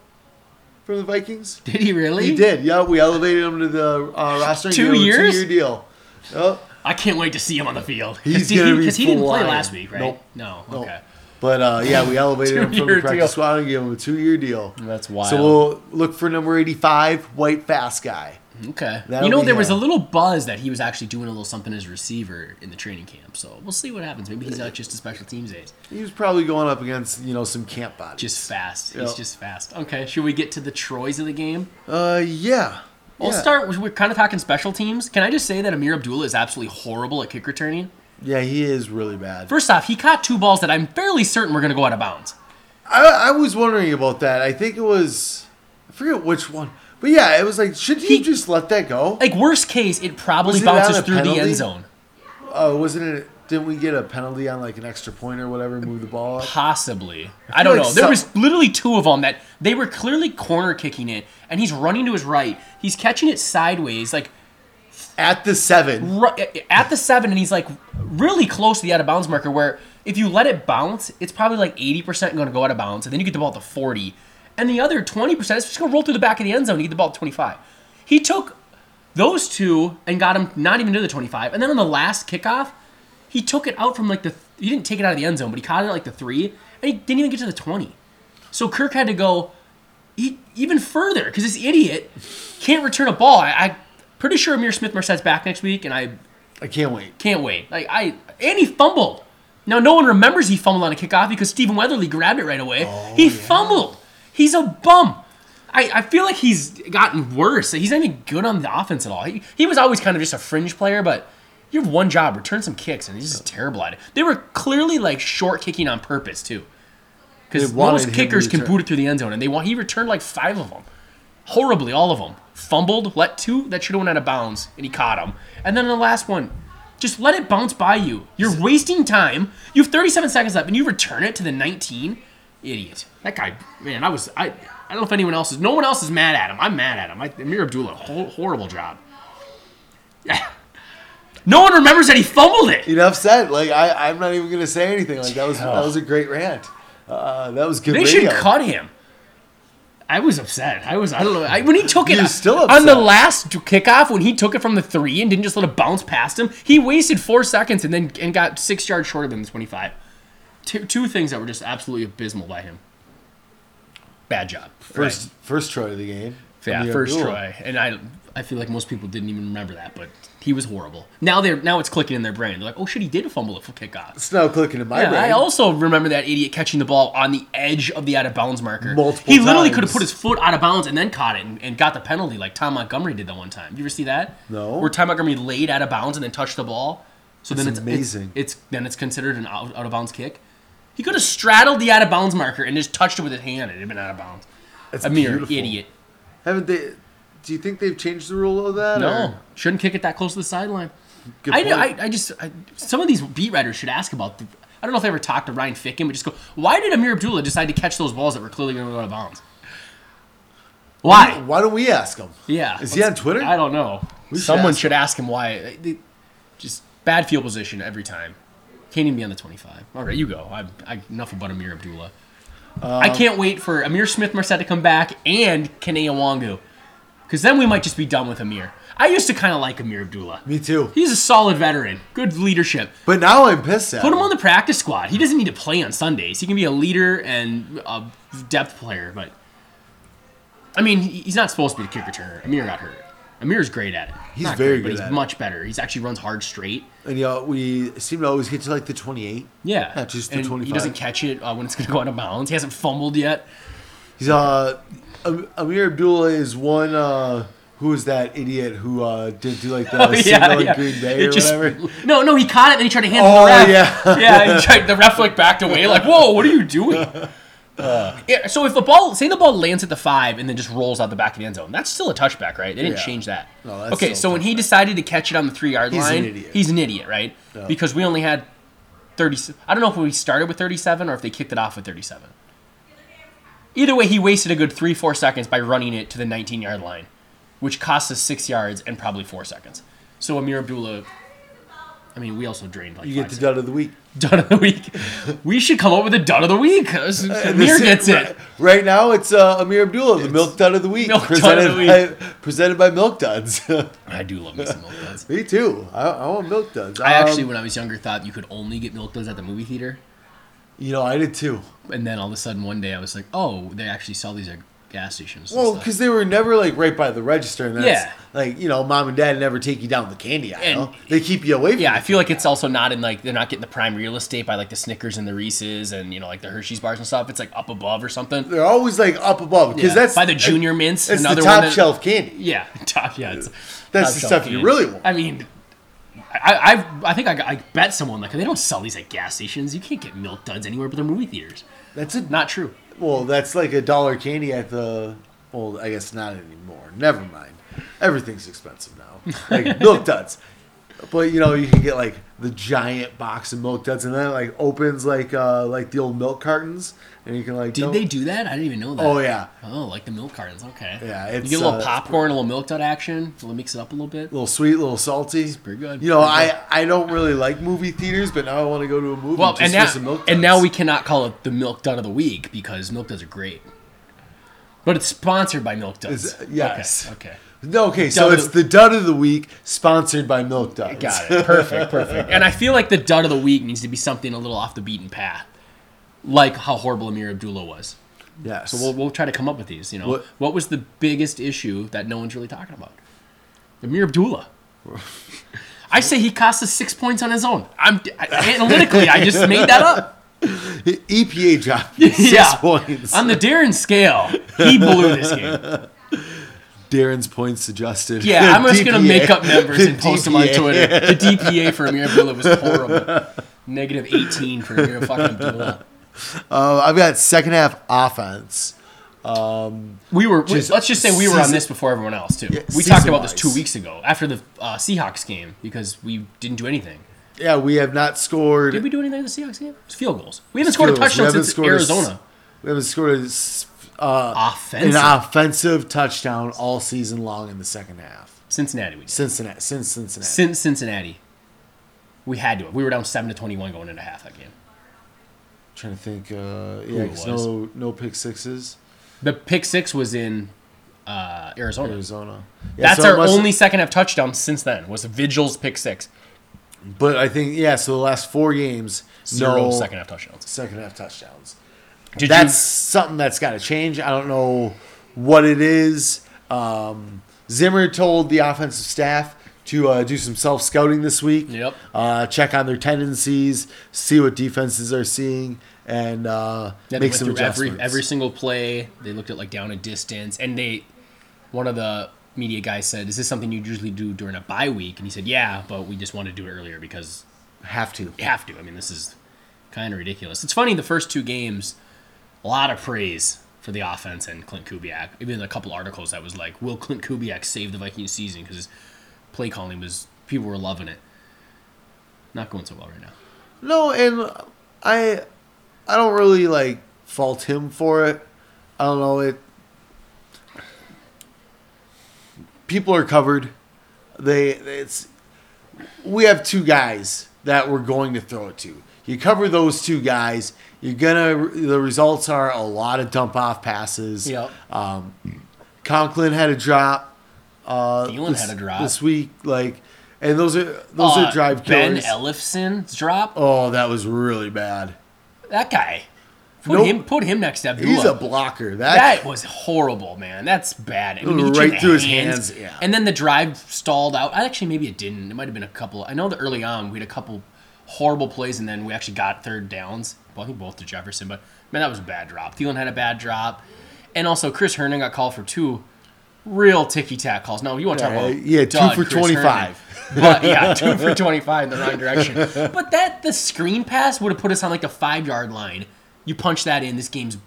from the Vikings?
Did he really?
He did. Yeah, we elevated him to the uh, roster. and
Two
gave him a
years?
Two-year deal. Yep.
I can't wait to see him on the field.
He's
Because he,
gonna be
'cause he didn't play
flying.
last week, right?
Nope.
No.
Nope.
Okay.
But uh, yeah, we elevated him from
Two-year
the practice
deal.
squad and gave him a two-year deal.
That's wild.
So we'll look for number eighty-five, white fast guy.
Okay.
That'll
you know,
be
there was a
him.
little buzz that he was actually doing a little something as a receiver in the training camp. So we'll see what happens. Maybe he's not just a special teams ace.
He was probably going up against you know some camp bodies.
Just fast.
Yep.
He's just fast. Okay. Should we get to the Troys of the game?
uh, yeah.
We'll
yeah.
start. We're kind of talking special teams. Can I just say that Amir Abdullah is absolutely horrible at kick returning?
Yeah, he is really bad.
First off, he caught two balls that I'm fairly certain were going to go out of bounds.
I, I was wondering about that. I think it was, I forget which one, but yeah, it was like, should he,
He-
just let that go?
Like worst case, it probably
Was it
bounces
out of
through the
penalty?
end zone.
Uh, wasn't it? Didn't we get a penalty on like an extra point or whatever? Move the ball. Up?
Possibly. I don't
like
know. There
some-
was literally two of them that they were clearly corner kicking it, and he's running to his right. He's catching it sideways, like
at the seven.
ru- at the seven, and he's like really close to the out of bounds marker. Where if you let it bounce, it's probably like eighty percent going to go out of bounds, and then you get the ball at the forty, and the other twenty percent is just going to roll through the back of the end zone. and You get the ball at twenty-five. He took those two and got him not even to the twenty-five, and then on the last kickoff, he took it out from like the he didn't take it out of the end zone, but he caught it at like the three, and he didn't even get to the twenty. So Kirk had to go e- even further because this idiot can't return a ball. I, I pretty sure Amir Smith Marset's back next week, and I
I can't wait.
can't wait. Like I and he fumbled. Now no one remembers he fumbled on a kickoff because Stephen Weatherly grabbed it right away. he fumbled. He's a bum. I, I feel like he's gotten worse. He's not even good on the offense at all. He, he was always kind of just a fringe player, but you have one job: return some kicks, and he's just terrible at it. They were clearly like short kicking on purpose too, because
They wanted
most
him to
kickers can
return.
boot it through the end zone, and they want he returned like five of them horribly, all of them. Fumbled, let two that should have went out of bounds, and he caught them. And then the last one, just let it bounce by you. You're wasting time. You have 37 seconds left, and you return it to the 19. idiot. That guy, man, I was I I don't know if anyone else is no one else is mad at him. I'm mad at him. I, Amir Abdullah, ho- horrible job. (laughs) Yeah. No one remembers that he fumbled it.
Enough said. Like I, I'm not even gonna say anything. Like that was that was a great rant. Uh, that was good.
They
radio.
should cut him. I was upset. I was I don't know. I, when he took it
You're still
on the
upset.
last kickoff when he took it from the 3 and didn't just let it bounce past him, he wasted 4 seconds and then and got 6 yards shorter than the 25. Two two things that were just absolutely abysmal by him. Bad job.
first first try of the game.
Yeah,
Amir
first
Abdullah.
try, and I I feel like most people didn't even remember that, but he was horrible. Now they're now it's clicking in their brain. They're like, oh shit, he did fumble it for kickoff.
It's now clicking in my
Yeah,
brain.
I also remember that idiot catching the ball on the edge of the out of bounds marker.
Multiple
he literally
times.
could have put his foot out of bounds and then caught it and, and got the penalty, like Tom Montgomery did that one time. You ever see that?
No.
Where Tom Montgomery laid out of bounds and then touched the ball. So then it's it's-
amazing.
It's, then it's considered an out, out of bounds kick. He could have straddled the out of bounds marker and just touched it with his hand. It'd have been out of bounds.
That's
A mere
beautiful.
idiot.
Haven't they? Do you think they've changed the rule of that?
No,
or-
shouldn't kick it that close to the sideline.
Good
I, know- I,
point.
I just I, some of these beat writers should ask about. The, I don't know if they ever talked to Ryan Ficken, but just go. Why did Amir Abdullah decide to catch those balls that were clearly going to go out of bounds? Why?
Why don't we ask him?
Yeah,
Is he on Twitter?
I don't know.
should
Someone
ask
should ask him why. They- they- just bad field position every time. Can't even be on the twenty-five. All right, you go. I, I, enough about Amir Abdullah. I
Um,
can't wait for Amir Smith Marset to come back and Kanea Wangu, because then we might just be done with Amir. I used to kind of like Amir Abdullah.
Me too.
He's a solid veteran. Good leadership.
But now I'm pissed at
Put him on the practice squad. He doesn't need to play on Sundays. He can be a leader and a depth player, but I mean, he- he's not supposed to be the kick returner. Amir got hurt. Amir's great at it.
He's
Not
very
great, but
good
he's
at it.
much better. He's actually runs hard straight.
And yeah, we seem to always get to like the 28.
Yeah.
Not just the
and
25.
He doesn't catch it uh, when it's going to go out of bounds. He hasn't fumbled yet.
He's uh, Am- Amir Abdullah is one. uh Who was that idiot who uh did do
(laughs)
like the signal in Green Bay
It
or
just-
whatever?
No, no, he caught it and he tried to hand
Oh,
it to the ref.
yeah.
(laughs)
(laughs)
yeah, he tried, the ref like backed away, like, whoa, what are you doing? Yeah, so if the ball, say the ball lands at the five and then just rolls out the back of the end zone, that's still a touchback, right? They didn't
Yeah.
change that.
No, that's
okay,
still
so when he decided to catch it on the three yard
He's an
line,
idiot.
he's an idiot, right? Because we only had 30. I don't know if we started with 37 or if they kicked it off with 37. Either way, he wasted a good three, four seconds by running it to the 19 yard line, which cost us six yards and probably four seconds. So Amir Abdullah, I mean, we also drained like
You
five
get the dud of the week.
dud of the week. We should come up with a dud of the week. 'cause (laughs)
Uh,
Amir
This-
gets
Right,
it.
(laughs) right now, it's uh, Amir Abdullah, the Milk Dud of the Week,
Milk Dud of
presented
the Week.
by presented by Milk Duds. (laughs)
I do love me some milk duds.
Me too. I, I want Milk Duds.
I
Um,
actually, when I was younger, thought you could only get milk duds at the movie theater,
you know, I did too.
and then all of a sudden one day I was like, oh, they actually sell these at gas stations. and
Well,
stuff.
because they were never like right by the register, and that's
Yeah.
like you know, mom and dad never take you down the candy aisle.
And-
they keep you away from.
yeah, I
it.
feel like it's also not in like they're not getting the prime real estate by like the Snickers and the Reese's and you know like the Hershey's bars and stuff. It's like up above or something.
they're always like up above because
Yeah,
that's
by the Junior Mints,
It's the
another
top
one that-
shelf candy.
Yeah, (laughs) top. Yeah, it's,
That's the
top
stuff
shelf
you
food.
really want.
I mean, I I, I think I, got- I bet someone like they don't sell these at gas stations. You can't get milk duds anywhere but the movie theaters.
That's a
Not true.
well. That's like a dollar candy at the. Well, I guess not anymore. Never mind. Everything's expensive now. Like
(laughs)
milk duds. But you know you can get like the giant box of milk duds, and then it like opens like uh like the old milk cartons, and you can like
Did
dump-
they do that? I didn't even know that.
Oh yeah,
Oh, like the milk cartons. Okay.
Yeah,
you
it's,
get a little
uh,
popcorn, a little milk dud action. A little mix it up a little bit.
little sweet, little salty.
pretty good.
You know,
Pretty good.
I I don't really like movie theaters, but now I want to go to a movie
Well,
just
and
for
now,
some milk.
and now
duds.
we cannot call it the milk dud of the week because milk duds are great. But it's sponsored by Milk Duds.
Is- yes.
Okay. okay.
no okay. So
Dud of
it's
the-
the dud of the week, sponsored by Milk Duds.
Got it. Perfect. Perfect. and I feel like the dud of the week needs to be something a little off the beaten path, like how horrible Amir Abdullah was.
Yes.
We'll, we'll try to come up with these. You know, what,
What-
was the biggest issue that no one's really talking about? Amir Abdullah. I say he cost us six points on his own. I'm I, analytically, I just made that up.
EPA E
(laughs)
dropped me six
yeah,
points.
on the Darren scale, he blew this game.
Darren's points adjusted.
Yeah, I'm just
DPA.
gonna make up numbers
The
and post them on
DPA.
Twitter. The DPA for Amir Abdullah was horrible. Negative 18 for Amir fucking Abdullah.
Uh, I've got second half offense.
We were.
Just
let's just say we were on
season-
this before everyone else too. we
season
talked about this
wise.
two weeks ago after the uh, Seahawks game because we didn't do anything.
Yeah, we have not scored.
Did we do anything in the Seahawks game? It was field goals. We haven't scored a
Field goals. We
touchdown
haven't
since
scored a s-
Arizona.
We haven't scored a s- uh,
Offensive.
an offensive touchdown all season long in the second half.
Cincinnati, we did.
Cincinnati, since Cincinnati.
Since Cincinnati, we had to. have. We were down seven to twenty-one going into half that game.
trying to think. Uh, yeah,
it
'cause
was.
no, no pick sixes.
The pick six was in uh, Arizona.
Arizona. Yeah,
That's
so it
our
must-
only second half touchdown since then. Was Vigil's pick six.
But I think yeah. So the last four games,
Zero
no
second half touchdowns.
second half touchdowns.
Did
that's
you,
something that's got to change. I don't know what it is. Um, Zimmer told the offensive staff to uh, do some self scouting this week.
Yep.
Uh, check on their tendencies, see what defenses are seeing, and uh,
Yeah, they
make
went
some
through
adjustments.
Every, every single play, they looked at like down a distance, and they, one of the media guys said, "Is this something you usually do during a bye week?" And he said, "Yeah, but we just want to do it earlier because
Have to.
you have to." I mean, this is kind of ridiculous. It's funny the first two games, a lot of praise for the offense and Clint Kubiak. Even a couple articles that was like, "Will Clint Kubiak save the Vikings season?" Because his play calling was people were loving it. Not going so well right now.
No, and I, I don't really like fault him for it. I don't know it. People are covered. They it's we have two guys that we're going to throw it to. You cover those two guys, you're gonna. The results are a lot of dump off passes. Conklin had a drop. Uh,
Thielen
this,
had a drop.
this week. Like, and those are those
Uh,
are drive
Ben
killers.
Ellifson's drop.
oh, that was really bad.
That guy. Put
Nope.
him put him next to Abdullah.
He's a blocker. That,
that was horrible, man. That's bad. I
was
he
right
took
through his hands, yeah.
And then the drive stalled out. I actually maybe it didn't. It might have been a couple. I know that early on we had a couple horrible plays, and then we actually got third downs. Well, I think both to Jefferson, but man, that was a bad drop. Thielen had a bad drop, and also Chris Herndon got called for two real ticky tack calls. No, you want to talk
Yeah,
about
yeah, two
dud,
for
Chris
25.
Herndon. (laughs) But yeah, two for twenty-five in the
(laughs)
wrong direction. But that the screen pass would have put us on like the five-yard line. You punch that in, this game's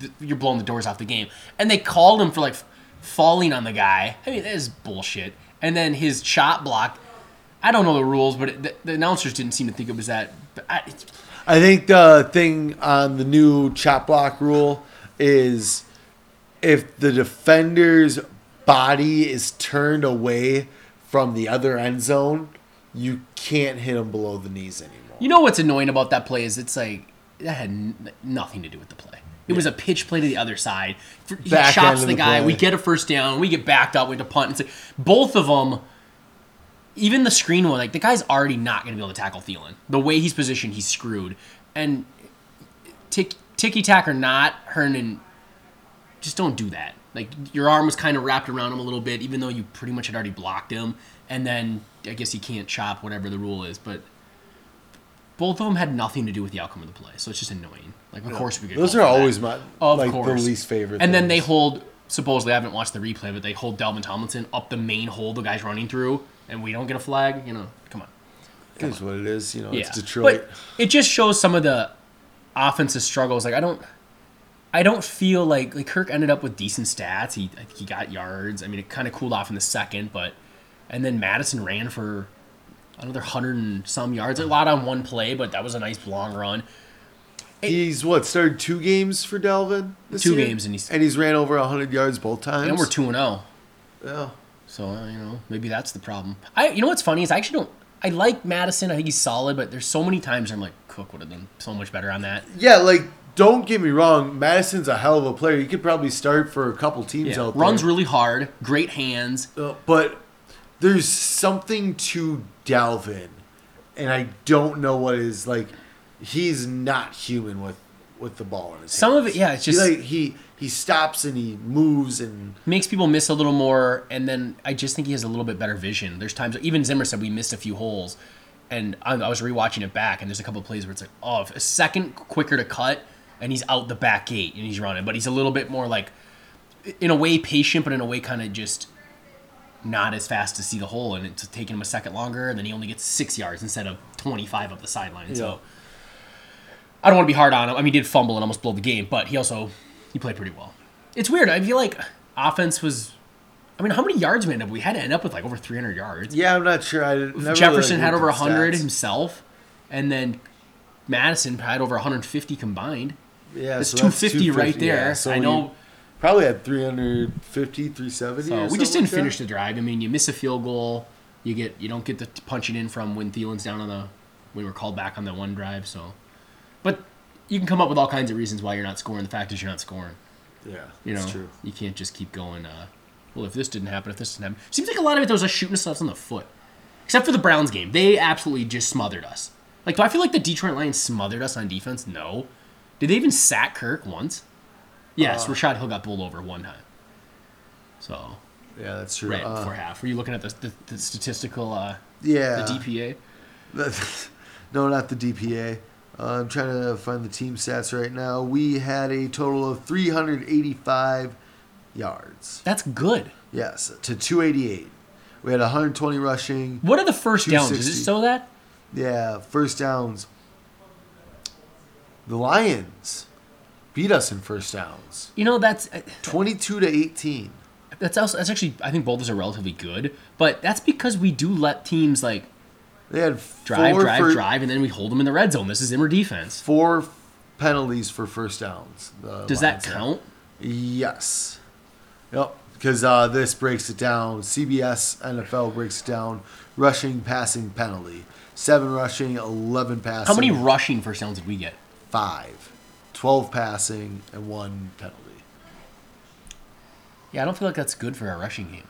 th- you're blowing the doors off the game. And they called him for like f- falling on the guy. I mean, that is bullshit. And then his shot block. I don't know the rules, but it, the, the announcers didn't seem to think it was that. But I, it's,
I think the thing on the new chop block rule is if the defender's body is turned away from the other end zone, you can't hit him below the knees anymore.
You know what's annoying about that play is it's like that had n- nothing to do with the play. It was a pitch play to the other side. F- He
Back end
chops
of
the,
the
guy.
play.
We get a first down. We get backed up. We have to punt. It's like, both of them, even the screen one, like the guy's already not going to be able to tackle Thielen. The way he's positioned, he's screwed. And tick, ticky tack or not, Hernan, just don't do that. Like your arm was kind of wrapped around him a little bit, even though you pretty much had already blocked him. And then I guess he can't chop whatever the rule is, but both of them had nothing to do with the outcome of the play, so it's just annoying. Like, of course we could.
Those are always my
of
like
course.
the least favorite.
And then they
things.
hold. Supposedly, I haven't watched the replay, but they hold Dalvin Tomlinson up the main hole the guy's running through, and we don't get a flag. You know, come on.
It is what it is. You know,
Yeah,
it's Detroit.
But it just shows some of the offensive struggles. Like I don't, I don't feel like like Kirk ended up with decent stats. He I think he got yards. I mean, it kind of cooled off in the second, but and then Madison ran for another hundred and some yards. A lot on one play, but that was a nice long run.
he's what started two games for Delvin. This
Two
year?
games and he's-
and he's ran over hundred yards both times.
And we're two and zero.
Yeah.
So uh, you know, maybe that's the problem. I you know what's funny is I actually don't. I like Madison. I think he's solid, but there's so many times I'm like, Cook would have done so much better on that.
Yeah, like don't get me wrong, Madison's a hell of a player. He could probably start for a couple teams
Yeah.
out there.
Runs really hard, great hands.
Uh, but there's something to Dalvin, and I don't know what it is like. He's not human with with the ball in his
Some
hand.
of it, yeah, it's
He,
just
like he he stops and he moves and
makes people miss a little more, and then I just think he has a little bit better vision. There's times even Zimmer said we missed a few holes, and I, I was rewatching it back, and there's a couple plays where it's like, oh, if a second quicker to cut, and he's out the back gate and he's running, but he's a little bit more like, in a way patient, but in a way kind of just not as fast to see the hole, and it's taking him a second longer, and then he only gets six yards instead of 25 up the sideline. So I don't want to be hard on him. I mean, he did fumble and almost blow the game, but he also he played pretty well. It's weird. I feel like offense was. I mean, how many yards we end up? We had to end up with like over 300 yards.
yeah, I'm not sure. I didn't- never really
Jefferson
looked
had
at
over
the
100
stats.
himself, and then Madison had over 150 combined.
Yeah,
That's
so
250 right
250,
there.
yeah. So
I
we
know.
Probably had 350, 370.
So
or
we just
something
didn't
like that.
finish the drive. I mean, you miss a field goal, you get you don't get the punching in from when Thielen's down on the. We were called back on that one drive, so. But you can come up with all kinds of reasons why you're not scoring. The fact is, you're not scoring.
Yeah,
You know,
that's true.
you can't just keep going. Uh, well, if this didn't happen, if this didn't happen, seems like a lot of it there was us shooting ourselves on the foot, except for the Browns game. They absolutely just smothered us. Like, do I feel like the Detroit Lions smothered us on defense? No. Did they even sack Kirk once? Yes,
Uh,
Rashad Hill got pulled over one time. So
Yeah, that's true.
right
Uh,
before half, were you looking at the, the, the statistical uh,
yeah,
the DPA?
That's- no, not the DPA. Uh, I'm trying to find the team stats right now. We had a total of 385 yards.
That's good.
Yes, to 288. We had 120 rushing.
What are the first downs? Does
260.
it show that?
Yeah, first downs. The Lions beat us in first downs,
You know that's
22 to 18.
that's also that's actually I think both those are relatively good, but that's because we do let teams like
They had
drive,
four
drive,
fir-
drive, and then we hold them in the red zone. This is Zimmer defense.
four penalties for first downs. the
Does that
Lions had.
count?
Yes. Yep. Because uh, this breaks it down. CBS NFL breaks it down. Rushing, passing, penalty. Seven rushing, 11 passing.
How many rushing first downs did we get?
Five. 12 passing, and one penalty.
Yeah, I don't feel like that's good for our rushing game.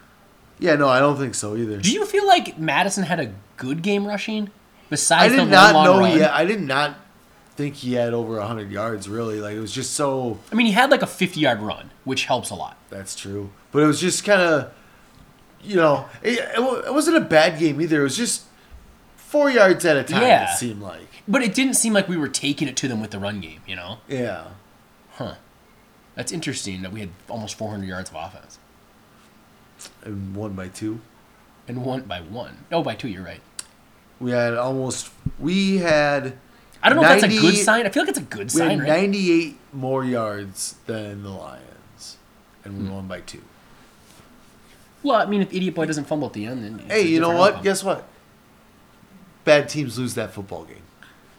Yeah, no, I don't think so either.
Do you feel like Madison had a good game rushing?
I
Besides the
did
one
not
long
know
run?
yet. I did not think he had over 100 yards, really. Like, it was just so.
I mean, he had like a 50 yard run, which helps a lot.
That's true. But it was just kind of, you know, it, it wa- it wasn't a bad game either. It was just four yards at a time,
Yeah.
it seemed like.
But it didn't seem like we were taking it to them with the run game, you know?
Yeah.
Huh. That's interesting that we had almost 400 yards of offense
and one by two.
and one by one. Oh, by two, you're right.
We had almost we had
I don't know if that's a
90
good sign. I feel like it's a good
we
sign,
had
right?
98 more yards than the Lions, and we won by two.
Well, I mean, if Idiot Boy doesn't fumble at the end, then. it's
Hey,
a
you know
different
what?
outcome.
Guess what? Bad teams lose that football game.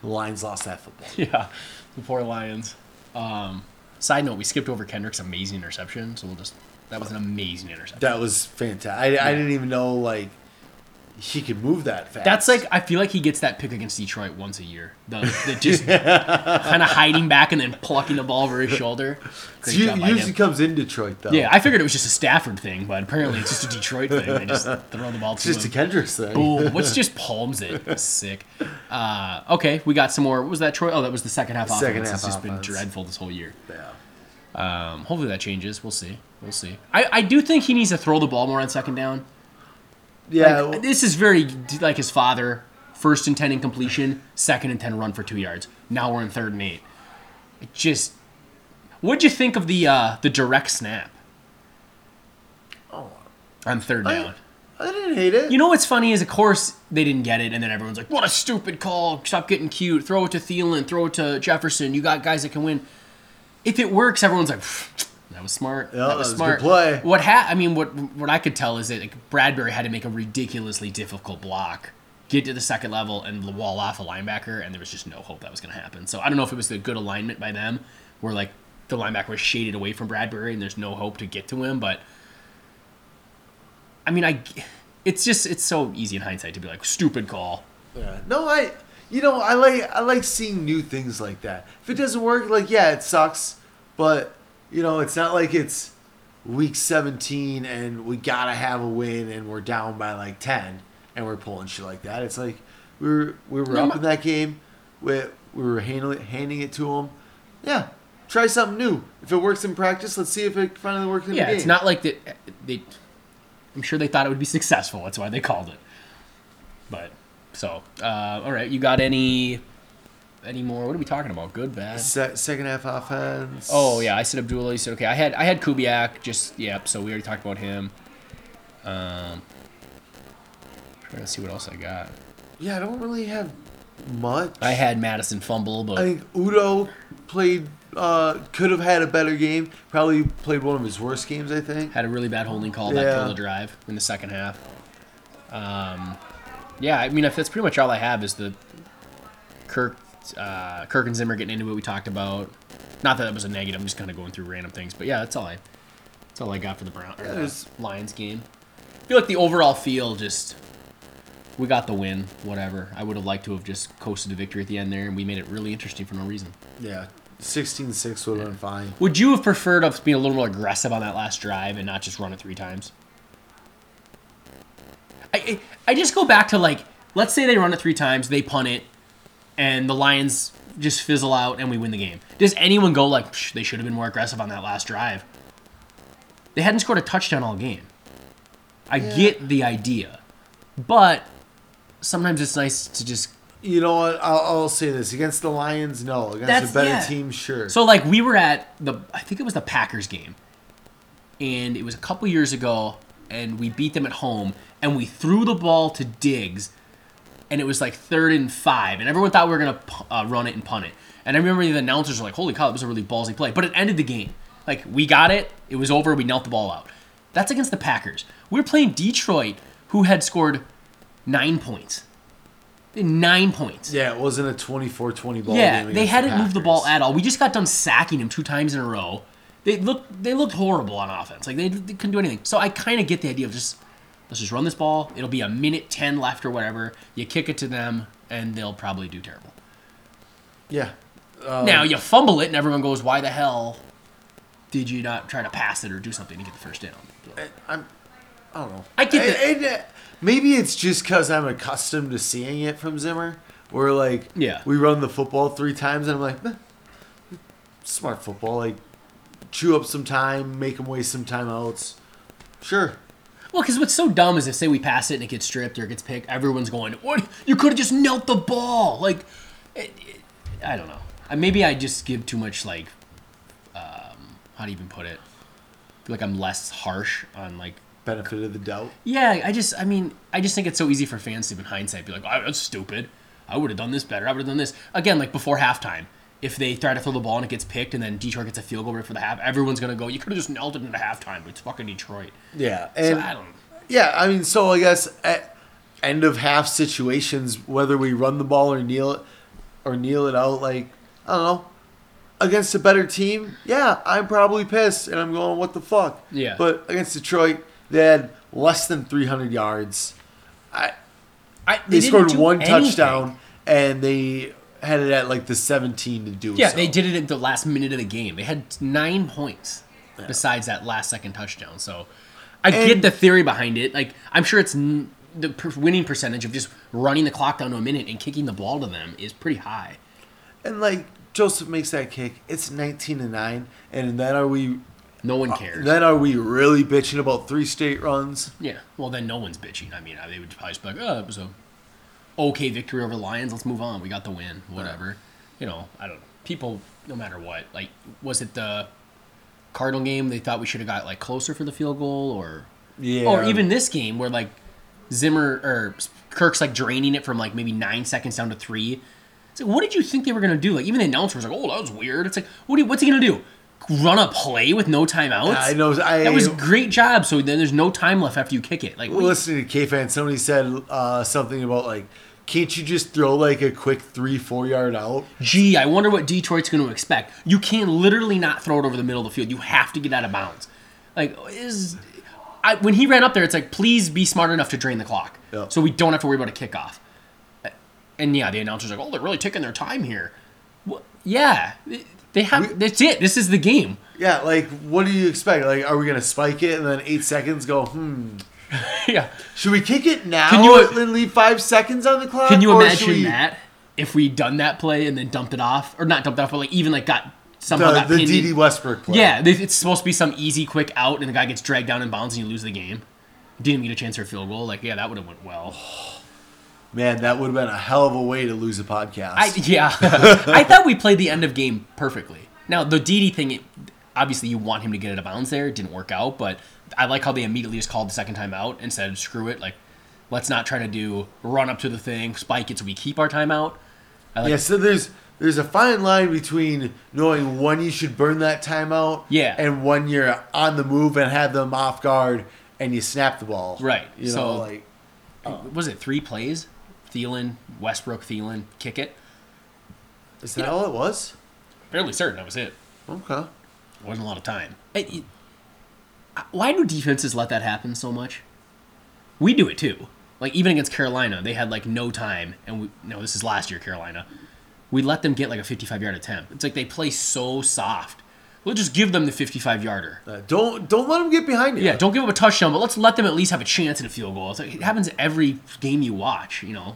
The Lions lost that football.
(laughs)
game.
Yeah, the poor Lions. Um, side note: We skipped over Kendrick's amazing interception, so we'll just that was an amazing interception.
That was fantastic. I, I didn't even know like he could move that fast.
That's like I feel like he gets that pick against Detroit once a year. The, the
(laughs)
just kind of hiding back and then plucking the ball over his shoulder. Great
He
job by
usually
him.
comes in Detroit though.
Yeah, I figured it was just a Stafford thing, but apparently it's just a Detroit thing. They just throw the ball to
it's just a
him.
Kendricks thing.
Boom! Which just palms it. Sick. Uh, okay, we got some more. What was that Troy? Oh, that was the second half offense.
Second half
it's just
offense.
been dreadful this whole year.
Yeah.
Um, hopefully that changes. We'll see. We'll see. I, I do think he needs to throw the ball more on second down.
Yeah.
Like, this is very d- like his father. First and ten incompletion, second and ten run for two yards. Now we're in third and eight. It just, what'd you think of the uh, the direct snap
oh,
on third
I-
down?
I didn't hate it.
You know what's funny is, of course, they didn't get it, and then everyone's like, "What a stupid call! Stop getting cute. Throw it to Thielen. Throw it to Jefferson. You got guys that can win." If it works, everyone's like, "That was smart.
Yeah,
that
that was a
was
good
smart."
play.
What ha- I mean, what what I could tell is that like, Bradbury had to make a ridiculously difficult block, get to the second level, and wall off a linebacker, and there was just no hope that was going to happen. So I don't know if it was the good alignment by them, where like the linebacker was shaded away from Bradbury, and there's no hope to get to him, but. I mean, I. It's just it's so easy in hindsight to be like stupid call.
Yeah. No, I. You know, I like I like seeing new things like that. If it doesn't work, like yeah, it sucks, but you know, it's not like it's week 17 and we gotta have a win and we're down by like 10 and we're pulling shit like that. It's like we were we were
No,
up
my-
in that game, we we were handling handing it to them. Yeah, try something new. If it works in practice, let's see if it finally works in the
Yeah,
game.
it's not like that. They, I'm sure they thought it would be successful. That's why they called it. But so, uh, all right, you got any, any more? What are we talking about? Good, bad.
Se- second half offense.
Oh yeah, I said Abdullah. You said okay. I had I had Kubiak. Just yep. So we already talked about him. Um, trying to see what else I got.
yeah. I don't really have much.
I had Madison fumble, but
I think Udo played uh, could have had a better game. Probably played one of his worst games. I think.
had a really bad holding call that
Yeah.
killed the drive in the second half. Um, yeah, I mean, if that's pretty much all I have is the Kirk, uh, Kirk and Zimmer getting into what we talked about. Not that that was a negative. I'm just kind of going through random things, but yeah, that's all I. That's all I got for the Brown or the
there's-
Lions game. I feel like the overall feel just. We got the win, whatever. I would have liked to have just coasted to victory at the end there, and we made it really interesting for no reason.
Yeah, 16-6 would have been fine.
Would you have preferred us being a little more aggressive on that last drive and not just run it three times? I I I just go back to like let's say they run it three times, they punt it, and the Lions just fizzle out and we win the game. Does anyone go like "Psh, they should have been more aggressive on that last drive? They hadn't scored a touchdown all game. I get the idea, but sometimes it's nice to just
You know what? I'll, I'll say this against the Lions, no. Against
That's-
a better
yeah.
team, sure.
So like we were at the I think it was the Packers game. And it was a couple years ago and we beat them at home and we threw the ball to Diggs and it was like third and 5 and everyone thought we were going to uh, run it and punt it. And I remember the announcers were like, "Holy cow, that was a really ballsy play." But it ended the game. Like we got it, it was over, we knelt the ball out. That's against the Packers. We were playing Detroit who had scored 9 points. 9 points.
yeah, it wasn't a 24-20 ball
Yeah,
game.
they
against
hadn't moved the ball
Packers.
at all. We just got done sacking him two times in a row. They looked they looked horrible on offense. Like they, they couldn't do anything. So I kind of get the idea of just let's just run this ball. It'll be a minute ten left or whatever. You kick it to them, and they'll probably do terrible.
Yeah,
now you fumble it, and everyone goes, "Why the hell did you not try to pass it or do something to get the first down?"
I'm. I don't know.
I get that-
And- and, uh, maybe it's just because I'm accustomed to seeing it from Zimmer, where like
Yeah.
we run the football three times, and I'm like, "Eh, smart football, like chew up some time, make them waste some timeouts. Sure.
Well, because what's so dumb is if say we pass it and it gets stripped or it gets picked, everyone's going, "What? You could have just knelt the ball!" Like, it, it, I don't know. I- Maybe I just give too much like, um, how do you even put it? I feel like I'm less harsh on like.
Benefit of the doubt.
Yeah, I just, I mean, I just think it's so easy for fans to, in hindsight, be like, "Oh, that's stupid. I would have done this better. I would have done this." Again, like before halftime, if they try to throw the ball and it gets picked, and then Detroit gets a field goal right for the half, everyone's gonna go, "You could have just knelt it into halftime." But it's fucking Detroit.
Yeah,
So
and
I don't.
yeah, I mean, so I guess at end of half situations, whether we run the ball or kneel it or kneel it out, like I don't know, against a better team, yeah, I'm probably pissed and I'm going, what the fuck?
Yeah.
But against Detroit, they had less than 300 yards.
I,
They,
didn't
scored
do
one
anything.
touchdown and they had it at like the 17 to do.
Yeah,
so.
they did it at the last minute of the game. They had nine points besides that last second touchdown. So I get
And-
the theory behind it. Like I'm sure it's n- the per- winning percentage of just running the clock down to a minute and kicking the ball to them is pretty high.
And like Joseph makes that kick, it's 19 to nine, and then are we?
No
Uh,
one cares.
Then are we really bitching about three state runs?
yeah. Well, then no one's bitching. I mean, I- they would probably just be like, "Oh, it was a okay victory over the Lions. Let's move on. We got the win. Whatever." You know, I don't. People, no matter what. Like, was it the Cardinal game? They thought we should have got like closer for the field goal, or
Yeah.
Or even this game where like Zimmer or Kirk's like draining it from like maybe nine seconds down to three. It's like, what did you think they were gonna do? Like even the announcer was like, "Oh, that was weird." It's like, what? Do you, what's he gonna do? Run a play with no timeouts?
I know. I
That was great job. So then there's no time left after you kick it. Like, what-
listening to K fan. Somebody said uh, something about like, can't you just throw like a quick three, four yard out?
gee, I wonder what Detroit's going to expect. You can literally not throw it over the middle of the field. You have to get out of bounds. Like is I, when he ran up there, it's like please be smart enough to drain the clock,
Yeah.
so we don't have to worry about a kickoff. And yeah, the announcer's like, oh, they're really taking their time here. Well, yeah, they- they have. that's it. This is
(laughs)
the game.
Yeah, like what do you expect? Like, are we gonna spike it and then eight seconds go? Hmm.
yeah.
Should we kick it now?
Can
Can
you-
you and leave five seconds on the clock?
Can you
Or
imagine
should we-
that if we done that play and then dumped it off, or not dumped it off, but like even like got somehow
The,
got
the
pinned in-
DD Westbrook play.
Yeah, they- it's supposed to be some easy, quick out, and the guy gets dragged down and bounds, and you lose the game. Didn't get a chance for a field goal. Like, yeah, that would have went well.
Man, that would have been a hell of a way to lose a podcast.
I, (laughs) yeah, I thought we played the end of game perfectly. Now the DD thing, it, obviously, you want him to get out of bounds there. It didn't work out, but I like how they immediately just called the second time out and said, "Screw it! Like, let's not try to do run up to the thing, spike it, so we keep our timeout."
yeah, so there's there's a fine line between knowing when you should burn that timeout,
Yeah.
and when you're on the move and have them off guard and you snap the ball,
Right,
You
so-
know, like
Was it three plays? Thielen, Westbrook, Thielen, kick it.
is that all it was?
Fairly certain that was it.
Okay.
Wasn't a lot of time. It- it- uh, why do defenses let that happen so much? We do it too. Like even against Carolina, they had like no time, and we no. This is last year, Carolina. We let them get like a 55 yard attempt. It's like they play so soft. We'll just give them the 55 yarder.
Uh, don't don't let them get behind you.
Yeah, don't give up a touchdown, but let's let them at least have a chance at a field goal. It's like, it happens every game you watch, you know.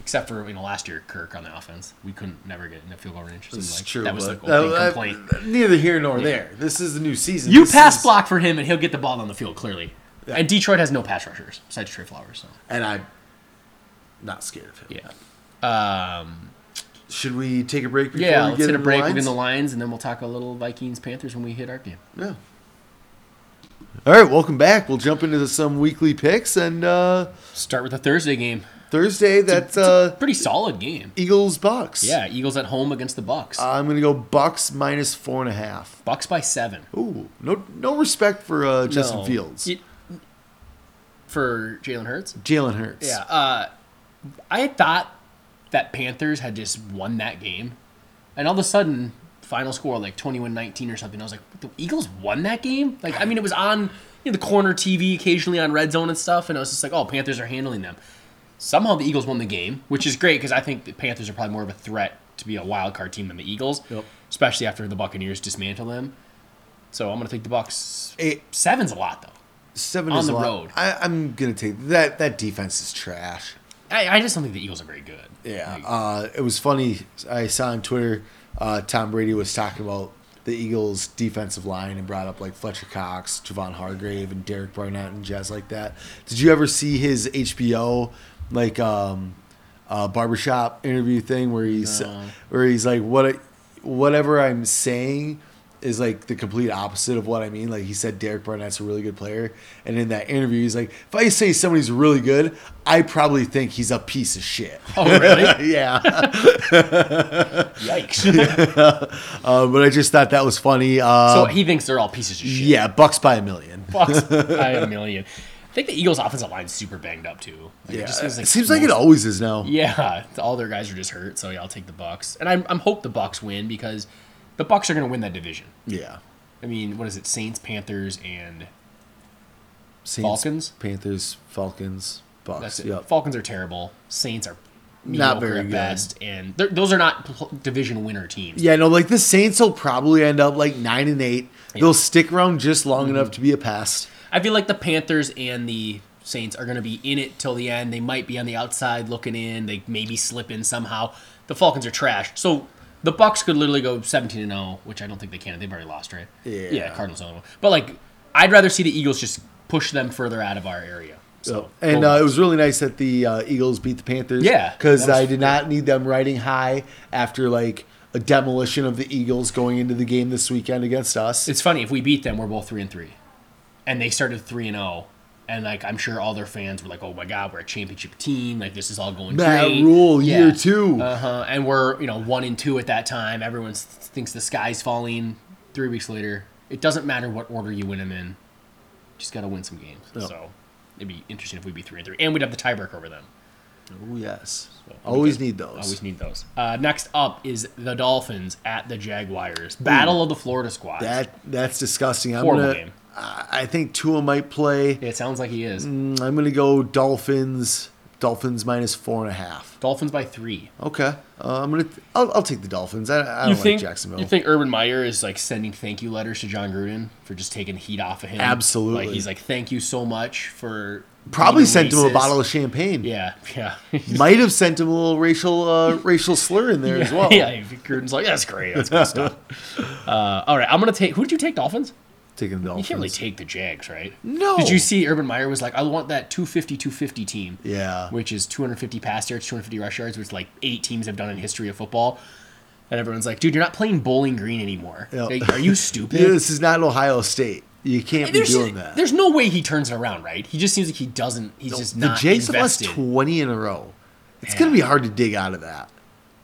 Except for you know last year, Kirk on the offense, we couldn't never get in the field goal range. It seemed
This is
like.
true.
That was
but-
like opening
uh,
complaint.
uh, neither here nor there. This is the new season.
You
This
pass
is-
block for him, and he'll get the ball down the field clearly. And Detroit has no pass rushers besides Trey Flowers. So
and I'm not scared of him.
yeah,
Should we take a break before
Um, yeah.
we
Let's
get
hit a
into
break. We'll
lines?
get in the lines, and then we'll talk a little Vikings Panthers when we hit our game.
Yeah. All right, welcome back. We'll jump into some weekly picks and uh,
Start with the Thursday game.
Thursday that's uh,
Pretty solid game.
Eagles Bucks.
Yeah, Eagles at home against the Bucks.
I'm gonna go Bucks minus four and a half.
Bucks by seven.
Ooh, no no respect for uh, Justin
No.
Fields.
It- for Jalen Hurts.
Jalen Hurts.
Yeah. Uh, I had thought that Panthers had just won that game. And all of a sudden, final score like 21 19 or something. I was like, the Eagles won that game? Like, I mean, it was on you know, the corner TV occasionally on red zone and stuff. And I was just like, oh, Panthers are handling them. Somehow the Eagles won the game, which is great because I think the Panthers are probably more of a threat to be a wild card team than the Eagles,
Yep.
especially after the Buccaneers dismantle them. So I'm going to take the Bucks.
Eight-
Seven's a lot, though.
seven
On
is
the
a lot.
road.
I, I'm gonna take that. That defense is trash.
I, I just don't think the Eagles are very good.
Yeah, uh, it was funny. I saw on Twitter, uh, Tom Brady was talking about the Eagles' defensive line and brought up like Fletcher Cox, Javon Hargrave, and Derek Barnett and jazz like that. Did you ever see his HBO like um, uh, barbershop interview thing where he's where he's like what I- whatever I'm saying is like the complete opposite of what I mean. Like he said, Derek Barnett's a really good player, and in that interview, he's like, if I say somebody's really good, I probably think he's a piece of shit.
Oh,
(laughs)
really?
yeah.
(laughs) Yikes.
Uh, but I just thought that was funny.
so
Uh,
he thinks they're all pieces of shit.
yeah, bucks by a million.
Bucks by a million. I think the Eagles' offensive line's super banged up too. Like,
Yeah.
it just seems like,
it seems like it
most-
always is now.
Yeah, all their guys are just hurt. So yeah, I'll take the Bucks, and I'm I'm hope the Bucks win because the Bucks are going to win that division.
Yeah.
I mean, what is it? Saints, Panthers, and
Saints,
Falcons?
Panthers, Falcons, Bucks.
that's it.
Yep.
Falcons are terrible. Saints are
Not
mediocre
very
at
good.
best, and they're- those are not pl- division winner teams.
Yeah, no, like the Saints will probably end up like nine and eight. They'll stick around just long
Mm-hmm.
enough to be a pest.
I feel like the Panthers and the Saints are going to be in it till the end. They might be on the outside looking in. They maybe slip in somehow. The Falcons are trash. So the Bucks could literally go 17 and 0, which I don't think they can. They've already lost, right?
Yeah.
Yeah, Cardinals on one. But like I'd rather see the Eagles just push them further out of our area. So
So, and
go
uh, it
Bucks.
was really nice that the uh, Eagles beat the Panthers.
Yeah,
because
that
I
was
did not need them riding high after like a demolition of the Eagles going into the game this weekend against us.
it's funny if we beat them, we're both 3 and 3. And they started 3 and 0. And like I'm sure all their fans were like, "Oh my God, we're a championship team! Like this is all going
Matt
great."
Rule, year
Yeah.
two.
Uh huh. And we're you know one and two at that time. Everyone s- thinks the sky's falling. Three weeks later, it doesn't matter what order you win them in. Just got to win some games. So it'd be interesting if we'd be three and three, and we'd have the tiebreaker over them.
oh yes,
That'd be
always
good.
need those.
Always need those. Uh, next up is the Dolphins at the Jaguars. Battle of the Florida squad.
Hmm. That that's disgusting. I'm
Horrible
gonna.
game.
I I think Tua might play.
it sounds like he is.
Mm, I'm gonna go Dolphins. Dolphins minus four and a half.
Dolphins by three.
Okay, uh, I'm gonna. I'll, I'll take the Dolphins. I, I don't like Jacksonville.
You think Urban Meyer is like sending thank you letters to John Gruden for just taking heat off of him?
Absolutely.
Like he's like, thank you so much for
Probably
being
sent him a
racist."
bottle of champagne.
(laughs) Yeah,
(laughs)
yeah.
Might have sent him a little racial uh, racial slur in there as well.
(laughs) yeah, Gruden's like, that's great. That's
(laughs)
good stuff. Uh, all right, I'm going to take. Who did you take, Dolphins?
Taking the
You
Dolphins.
can't really take the Jags, right?
No.
Did you see Urban Meyer was like, I want that 250 250 team?
Yeah.
Which is 250 pass yards, 250 rush yards, which like eight teams have done in history of football. And everyone's like, dude, you're not playing Bowling Green anymore.
Yeah.
Like,
(laughs)
are you
Yeah,
stupid?
this is not Ohio State. You can't be
There's,
doing that.
there's no way he turns it around, right? He just seems like he doesn't. He's just
the
not
Jags have lost
invested.
20 in a row. It's gonna
Yeah.
be hard to dig out of that.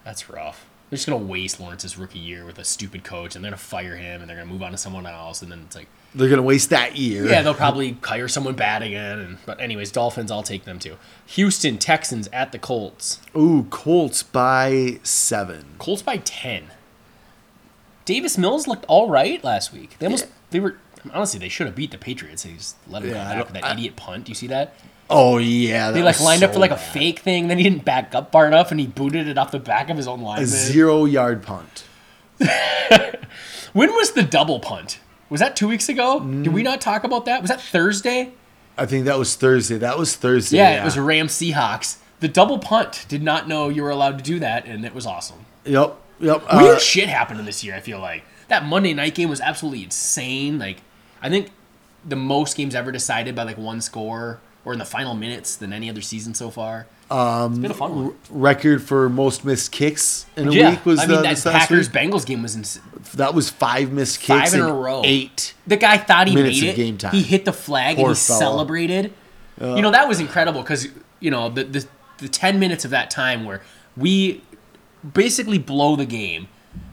That's rough. They're just gonna waste Lawrence's rookie year with a stupid coach, and they're gonna fire him, and they're gonna move on to someone else, and then it's like,
They're gonna waste that year.
yeah, they'll probably hire someone bad again. And, but anyways, Dolphins, I'll take them too. Houston Texans at the Colts.
Ooh, Colts by seven.
Colts by ten. Davis Mills looked all right last week. They almost they were honestly they should have beat the Patriots. They just let him
Yeah, I
go back
don't-
with that
I-
idiot punt. Do you see that?
Oh yeah,
They like lined up for like a fake thing, then he didn't back up far enough, and he booted it off the back of his own line.
zero yard punt.
When was the double punt? Was that two weeks ago? Did
Mm.
we not talk about that? Was that Thursday?
I think that was Thursday. That was Thursday.
Yeah, it was Ram Seahawks. The double punt did not know you were allowed to do that, and it was awesome.
Yep. Yep. uh,
Weird shit happening this year. I feel like that Monday night game was absolutely insane. Like, I think the most games ever decided by like one score or in the final minutes than any other season so far. Um, it's been a fun one.
record for most missed kicks in a
Yeah,
week was
I
the
mean that
this last
Packers
week.
Bengals game was insane.
That was five missed
Five
kicks
in a
and
row.
Eight.
The guy thought he
Minutes
made
of
it.
game time.
He hit the flag
Poor
and he
fella.
celebrated. you know that was incredible because you know the, the the ten minutes of that time where we basically blow the game,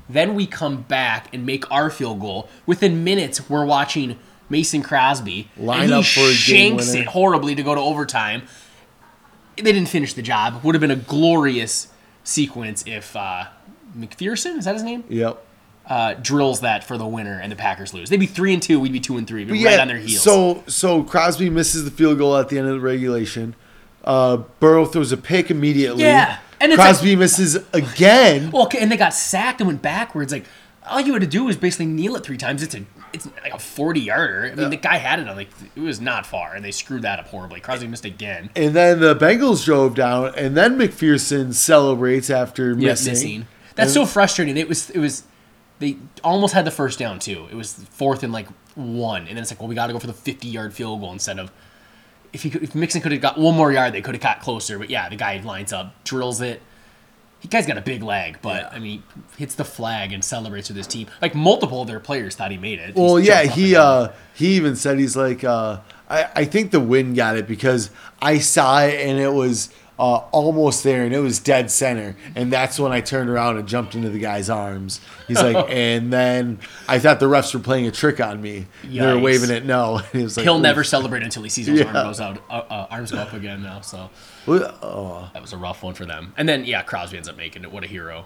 then we come back and make our field goal. Within minutes, we're watching Mason Crosby
Line
and he
up for a game
shanks
winner.
it horribly to go to overtime. They didn't finish the job. Would have been a glorious sequence if uh, McPherson is that his name?
Yep.
uh, drills that for the winner and the Packers lose. They'd be three and two. We'd be two and three. We'd be
Yeah,
right on their heels.
So so Crosby misses the field goal at the end of the regulation. Uh, Burrow throws a pick immediately.
Yeah, and it's
Crosby misses again.
well, okay, and they got sacked and went backwards. Like all you had to do was basically kneel it three times. It's a it's like a forty yarder. I mean, the guy had it on like it was not far, and they screwed that up horribly. Crosby missed again.
And then the Bengals drove down, and then McPherson celebrates after
Yeah,
missing.
missing. That's so frustrating. It was it was they almost had the first down too. It was fourth and like one, and then it's like, well, we got to go for the fifty yard field goal instead of if he could, if Mixon could have got one more yard, they could have got closer. But yeah, the guy lines up, drills it. He guy's got a big leg, but I mean, hits the flag and celebrates with his team. Like multiple of their players thought he made it.
Well,
He's
yeah,
jumped up
he
and down.
uh, he even said he's like, uh, I I think the wind got it because I saw it and it was uh, almost there and it was dead center, and that's when I turned around and jumped into the guy's arms. He's
(laughs)
like, and then I thought the refs were playing a trick on me. They were
Yikes.
waving it no. (laughs) And he was like,
he'll
"Ooh."
never celebrate until he sees his arm goes out, uh, uh, arms go up again now. So.
Well, Oh,
That was a rough one for them. And then yeah, Crosby ends up making it. What a hero.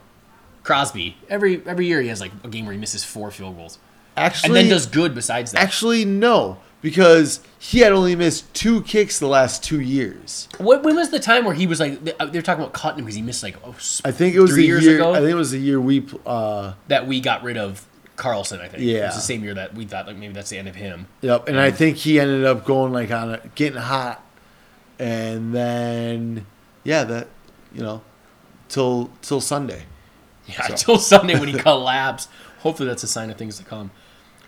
Crosby. Every every year he has like a game where he misses four field goals.
actually,
And then does good besides that.
actually no because he had only missed two kicks the last two years.
What, when was the time where he was like they they were talking about cutting him because he missed like oh, s-
I think it was
three
the
years
year.
ago
I think it was the year we. pl- Uh,
that we got rid of Carlson, I think. It
Yeah.
was the same year that we thought like maybe that's the end of him.
Yep, and I think he ended up going like on a, getting hot, and then yeah, that you know, till till Sunday.
Yeah, until
(laughs)
Sunday when he collapsed. Hopefully that's a sign of things to come.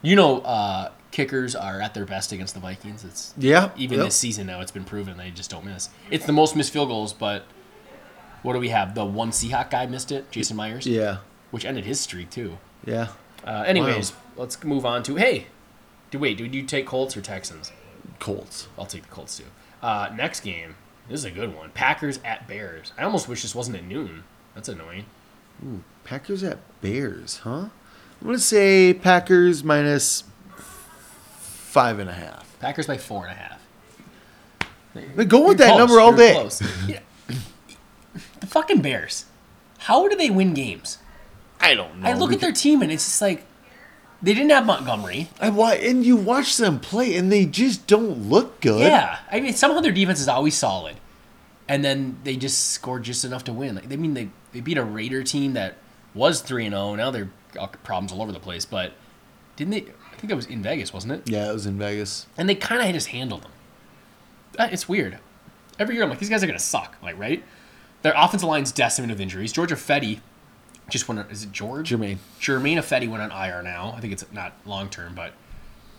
You know, uh, kickers are at their best against the Vikings. It's
Yeah,
even
yep.
this season now it's been proven they just don't miss. It's the most missed field goals, but what do we have? The one Seahawk guy missed it, Jason Myers,
Yeah,
which ended his streak too.
yeah.
Uh, anyways, let's move on to hey, do wait, do you take Colts or Texans?
Colts.
I'll take the Colts too. Uh, next game, this is a good one. Packers at Bears. I almost wish this wasn't at noon. That's annoying.
Packers at Bears, huh? I'm gonna say Packers minus five and a half.
Packers by four and a half.
They're going with
You're
that
close.
number all
You're
day.
(laughs) close. Yeah. The fucking Bears. How do they win games?
I don't know.
I look at their
because-
team and it's just like they didn't have Montgomery.
I wa- and you watch them play, and they just don't look good.
Yeah, I mean somehow their defense is always solid, and then they just scored just enough to win. Like they mean they they beat a Raider team that was three and zero. Now they're got problems all over the place, but didn't they? I think that was in Vegas, wasn't it?
Yeah, it was in Vegas.
And they kind of just handled them. Uh, It's weird. Every year I'm like, these guys are gonna suck. Like, right? Their offensive line's decimated with injuries. Georgia Fetty just went. on- Is it George?
Jermaine.
Jermaine Fetty went on IR now. I think it's not long term, but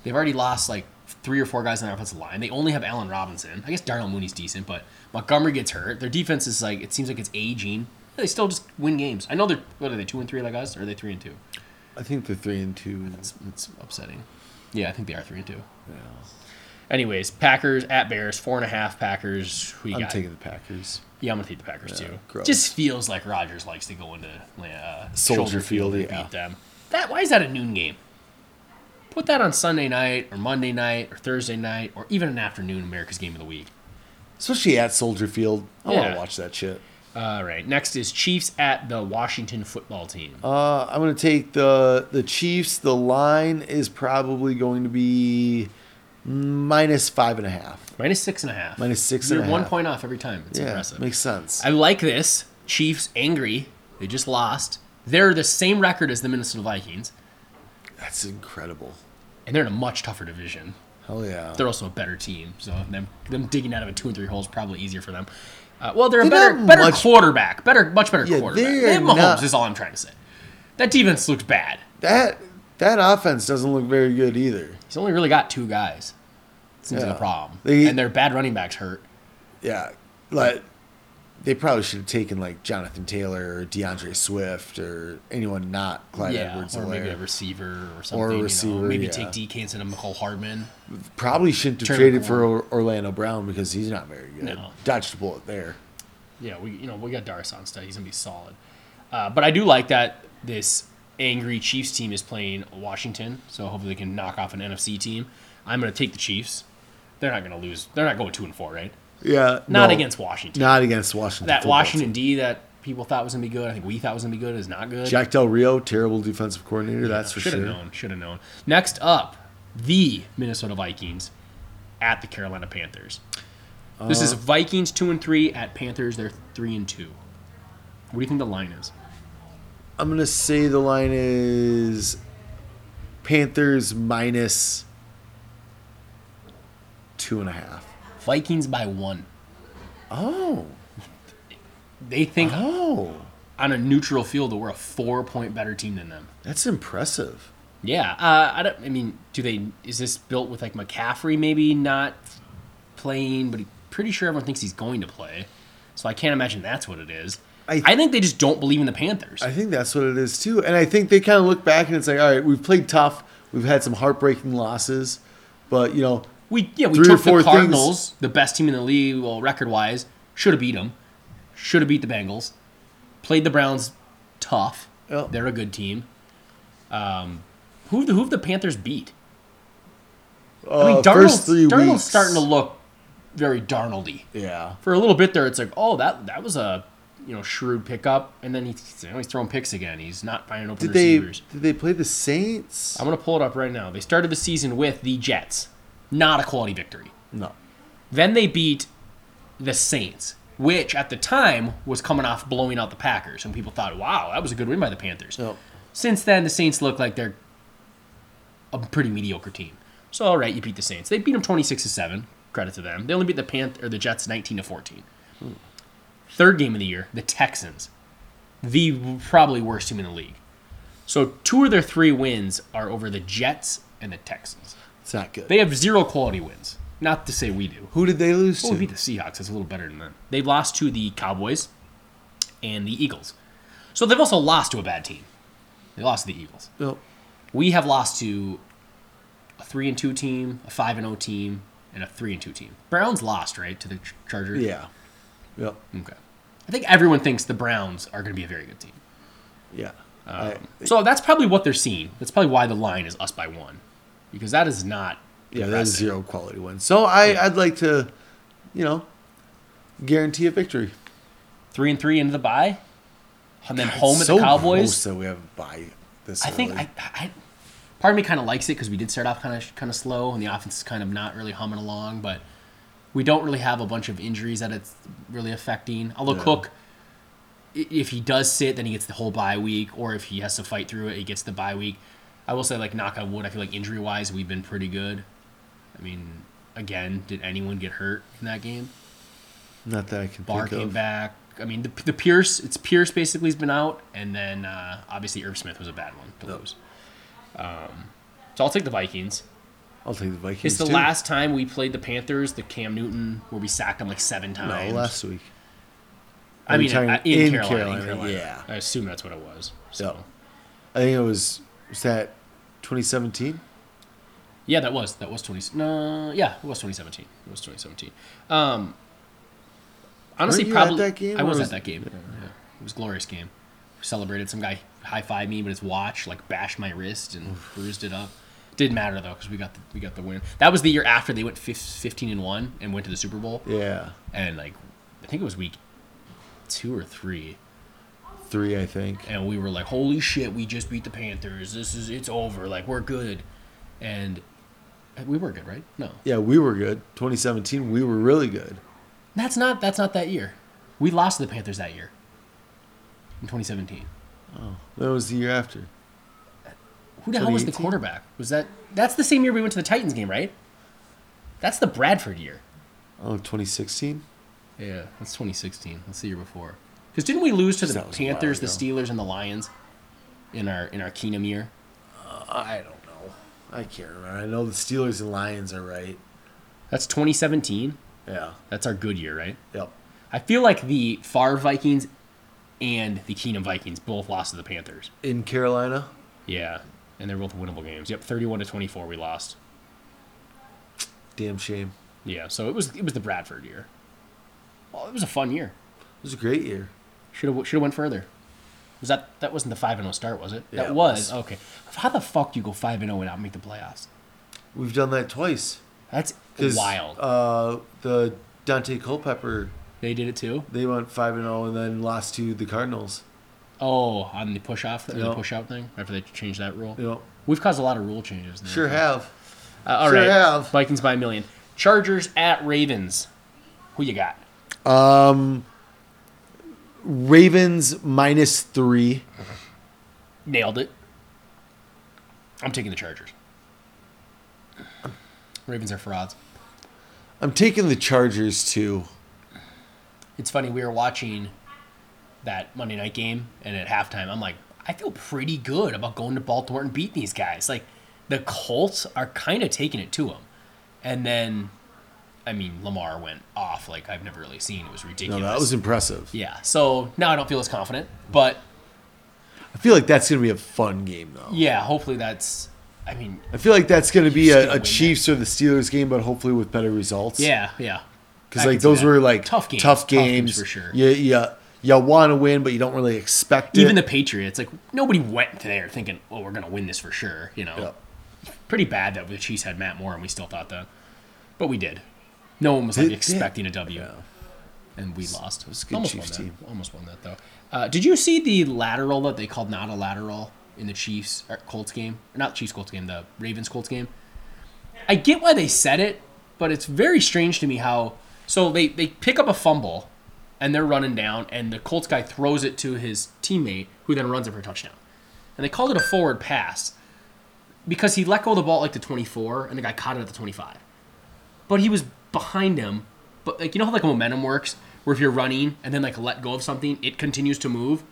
they've already lost like three or four guys on their offensive line. They only have Allen Robinson. I guess Darnell Mooney's decent, but Montgomery gets hurt. Their defense is like it seems like it's aging. They still just win games. I know they're what are they two and three like us, or are they three and two?
I think they're three and two.
It's, it's upsetting. Yeah, I think they are three and two. Anyways, Packers at Bears, four and a half Packers. Who you
I'm
got?
taking the Packers.
yeah, I'm gonna take the Packers too.
gross.
Just feels like Rogers likes to go into uh,
Soldier Field,
and
yeah.
beat them. That why is that a noon game? Put that on Sunday night or Monday night or Thursday night or even an afternoon America's Game of the Week.
Especially at Soldier Field. I want
Yeah.
to watch that shit.
All right. Next is Chiefs at the Washington football team.
Uh, I'm going to take the the Chiefs. The line is probably going to be minus five and a half.
Minus six and a half.
Minus six
You're
and a
one
half.
point off every time. It's
yeah,
impressive.
makes sense.
I like this. Chiefs angry. They just lost. They're the same record as the Minnesota Vikings,
That's incredible.
and they're in a much tougher division.
Hell yeah.
They're also a better team, so them them digging out of a two and three hole is probably easier for them. Uh, well, they're, a
They're
better
not
better
much-
quarterback, better much better
Yeah,
quarterback.
they're
They have Mahomes
not-
is all I'm trying to say. That defense looks bad.
That that offense doesn't look very good either.
He's only really got two guys. Seems like
Yeah.
a problem,
They-
and their bad running backs hurt.
Yeah, like they probably should have taken like Jonathan Taylor or DeAndre Swift or anyone not Clyde
yeah,
Edwards
or maybe a
Helaire.
receiver or something.
Or a
you know.
receiver,
Maybe
yeah.
take DK instead of Michael Hardman.
Probably shouldn't have
Turner
traded for Or- Orlando Brown because he's not very good.
No.
Dodged a bullet there.
Yeah, we you know we got Darius on stuff. He's gonna be solid. Uh, but I do like that this angry Chiefs team is playing Washington, so hopefully they can knock off an NFC team. I'm gonna take the Chiefs. They're not gonna lose. They're not going two and four, right?
Yeah,
Not
no,
against Washington.
not against Washington.
that
football
Washington D that people thought was gonna be good. I think we thought was gonna be good is not good.
team. Jack Del Rio, terrible defensive coordinator. that's for
should
sure.
have known. Should have known. Next up, the Minnesota Vikings at the Carolina Panthers. This
Uh,
is Vikings two and three at Panthers. They're three and two. What do you think the line is?
I'm gonna say the line is Panthers minus two and a half.
Vikings by one.
Oh,
They think
oh,
on a neutral field that we're a four point better team than them.
that's impressive.
Yeah, uh, I don't. I mean, do they? Is this built with like McCaffrey maybe not playing, but he- pretty sure everyone thinks he's going to play. So I can't imagine that's what it is.
I-
I, think they just don't believe in the Panthers.
I think that's what it is too. And I think they kind of look back and it's like, all right, we've played tough. We've had some heartbreaking losses, but you know,
we yeah we
Three or
took
four
the Cardinals, the best team in the league, well record wise, should have beat them. Should have beat the Bengals. Played the Browns tough.
Yeah.
They're a good team. Um, who who have the Panthers beat?
uh,
I mean,
first
Darnold's,
three
Darnold's
weeks,
starting to look very Darnoldy.
yeah,
For a little bit there, it's like, oh, that that was a you know shrewd pickup, and then he's, you know, he's throwing picks again. He's not finding open
did they
receivers.
did they play the Saints?
I'm gonna pull it up right now. They started the season with the Jets, not a quality victory.
no,
Then they beat the Saints, which at the time was coming off blowing out the Packers, and people thought, wow, that was a good win by the Panthers.
no,
Since then, the Saints look like they're a pretty mediocre team. So all right, you beat the Saints. They beat them twenty six to seven. Credit to them. They only beat the Panth or the Jets nineteen to fourteen. Third game of the year, the Texans, the probably worst team in the league. So two of their three wins are over the Jets and the Texans.
it's not good.
They have zero quality wins. Not to say we do.
Who did they lose
Well,
to?
we beat the Seahawks. That's a little better than them. They've lost to the Cowboys and the Eagles. So they've also lost to a bad team. They lost to the Eagles.
no,
We have lost to a three and two team, a five and zero team, and a three and two team. Browns lost right to the Ch- Chargers.
yeah, yep,
Okay. I think everyone thinks the Browns are going to be a very good team.
yeah.
Um,
I-
So that's probably what they're seeing. That's probably why the line is us by one, because that is not.
Yeah, that is
impressive.
zero quality one. So I, I'd like to, you know, guarantee a victory.
Three and three into the bye, and then home at
so
the Cowboys.
Close that we have a bye this.
I think
early.
I, I part of me kind of likes it because we did start off kind of kind of slow and the offense is kind of not really humming along, but we don't really have a bunch of injuries that it's really affecting. Although
Yeah.
Cook, i- if he does sit, then he gets the whole bye week, or if he has to fight through it, he gets the bye week. I will say, like knock on wood, I feel like injury wise, we've been pretty good. I mean, again, did anyone get hurt in that game?
not that I can
Barr
think
came
of.
back. I mean, the, the Pierce, it's Pierce basically has been out, and then uh, obviously Irv Smith was a bad one to lose. Um, so I'll take the Vikings.
I'll take the Vikings.
It's the
too.
last time we played the Panthers, the Cam Newton, where we sacked him like seven
No,
times.
last week.
I mean,
Are you
in,
talking-
in
in
Carolina,
Carolina,
in Carolina.
yeah.
I assume that's what it was. So
So I think it was was that 2017.
yeah, that was that was twenty. No, yeah, it was twenty seventeen. It was twenty seventeen. Um, honestly,
you at
probably
that game,
I
or
was,
was-
at that game. Yeah. It was a glorious game. We celebrated. Some guy high fived me, but his watch like bashed my wrist and bruised it up. Didn't matter though because we got the, we got the win. That was the year after they went fif- fifteen and one and went to the Super Bowl
Yeah,
and like I think it was week two or three,
three, I think.
and we were like, "Holy shit, we just beat the Panthers! This is it's over. Like we're good," and uh, we were good, right? No,
Yeah, we were good. 2017, we were really good.
that's not that's not that year. We lost to the Panthers that year in 2017.
That was the year after.
Who the hell was the
2018?
quarterback? Was that that's the same year we went to the Titans game, right? That's the Bradford year.
Oh, 2016?
Yeah, that's 2016. That's the year before. Because didn't we lose to the
That was a while
Panthers, the
ago.
Steelers, and the Lions in our in our Keenum year?
I don't know. I can't remember. I know the Steelers and Lions are right.
That's 2017.
Yeah.
That's our good year, right?
Yep.
I feel like the Favre Vikings and the Keenum Vikings both lost to the Panthers.
In Carolina?
Yeah, and they're both winnable games. Yep, 31 to 24, we lost.
Damn shame.
Yeah, so it was it was the Bradford year. Well, it was a fun year.
It was a great year.
Should have should have went further. Was that that wasn't the five and zero start, was it?
Yeah,
that
it was.
was. okay. How the fuck do you go five and zero and not make the playoffs?
We've done that twice.
That's
'Cause,
wild.
Uh, the Dante Culpepper,
they did it too.
they went 5 and 0 and then lost to the Cardinals.
Oh, on the push off, the
Yep.
push out thing after they changed that rule.
You know,
We've caused a lot of rule changes. in the
sure
NFL.
have.
Uh, all
sure
right.
have.
Vikings by a million. Chargers at Ravens. Who you got?
Ravens minus three.
Nailed it. I'm taking the Chargers. Ravens are frauds.
I'm taking the Chargers too.
It's funny, we were watching that Monday night game, and at halftime, I'm like, I feel pretty good about going to Baltimore and beating these guys. Like, the Colts are kind of taking it to them. And then, I mean, Lamar went off like I've never really seen. It was
No,
ridiculous.
that was impressive.
yeah, so now I don't feel as confident, but
I feel like that's gonna be a fun game though.
yeah, hopefully that's. I mean,
I feel like that's gonna be
You're just
a,
gonna
a
win
Chiefs or the Steelers game, but hopefully with better results.
yeah, yeah. I
because
can
like
see
those
that.
were like
Tough games.
tough
Tough games
games
for sure.
Yeah, yeah. You want to win, but you don't really expect it.
Even the Patriots, like nobody went there thinking, "Oh, we're gonna win this for sure." You know,
Yeah.
pretty bad that the Chiefs had Matt Moore and we still thought that, but we did. No one was
They
like
did.
expecting a W, and we lost. It was
good
almost
Chiefs
won
team.
that. Almost won that though. Uh, did you see the lateral that they called not a lateral in the Chiefs or Colts game? Or not Chiefs Colts game, the Ravens Colts game. I get why they said it, but it's very strange to me how. So they they pick up a fumble, and they're running down, and the Colts guy throws it to his teammate, who then runs it for a touchdown. And they called it a forward pass because he let go of the ball at like the 24, and the guy caught it at the 25. But he was behind him. But like you know how like momentum works, where if you're running and then like let go of something, it continues to move.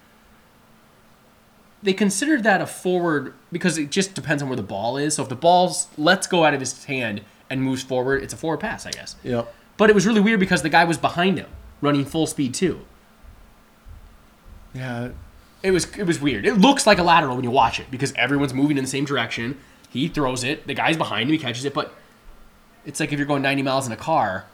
They considered that a forward because it just depends on where the ball is. So if the ball's lets go out of his hand and moves forward, it's a forward pass, I guess.
Yep.
But it was really weird because the guy was behind him, running full speed too.
Yeah.
It was it was weird. It looks like a lateral when you watch it because everyone's moving in the same direction. He throws it. The guy's behind him. He catches it. But it's like if you're going 90 miles in a car.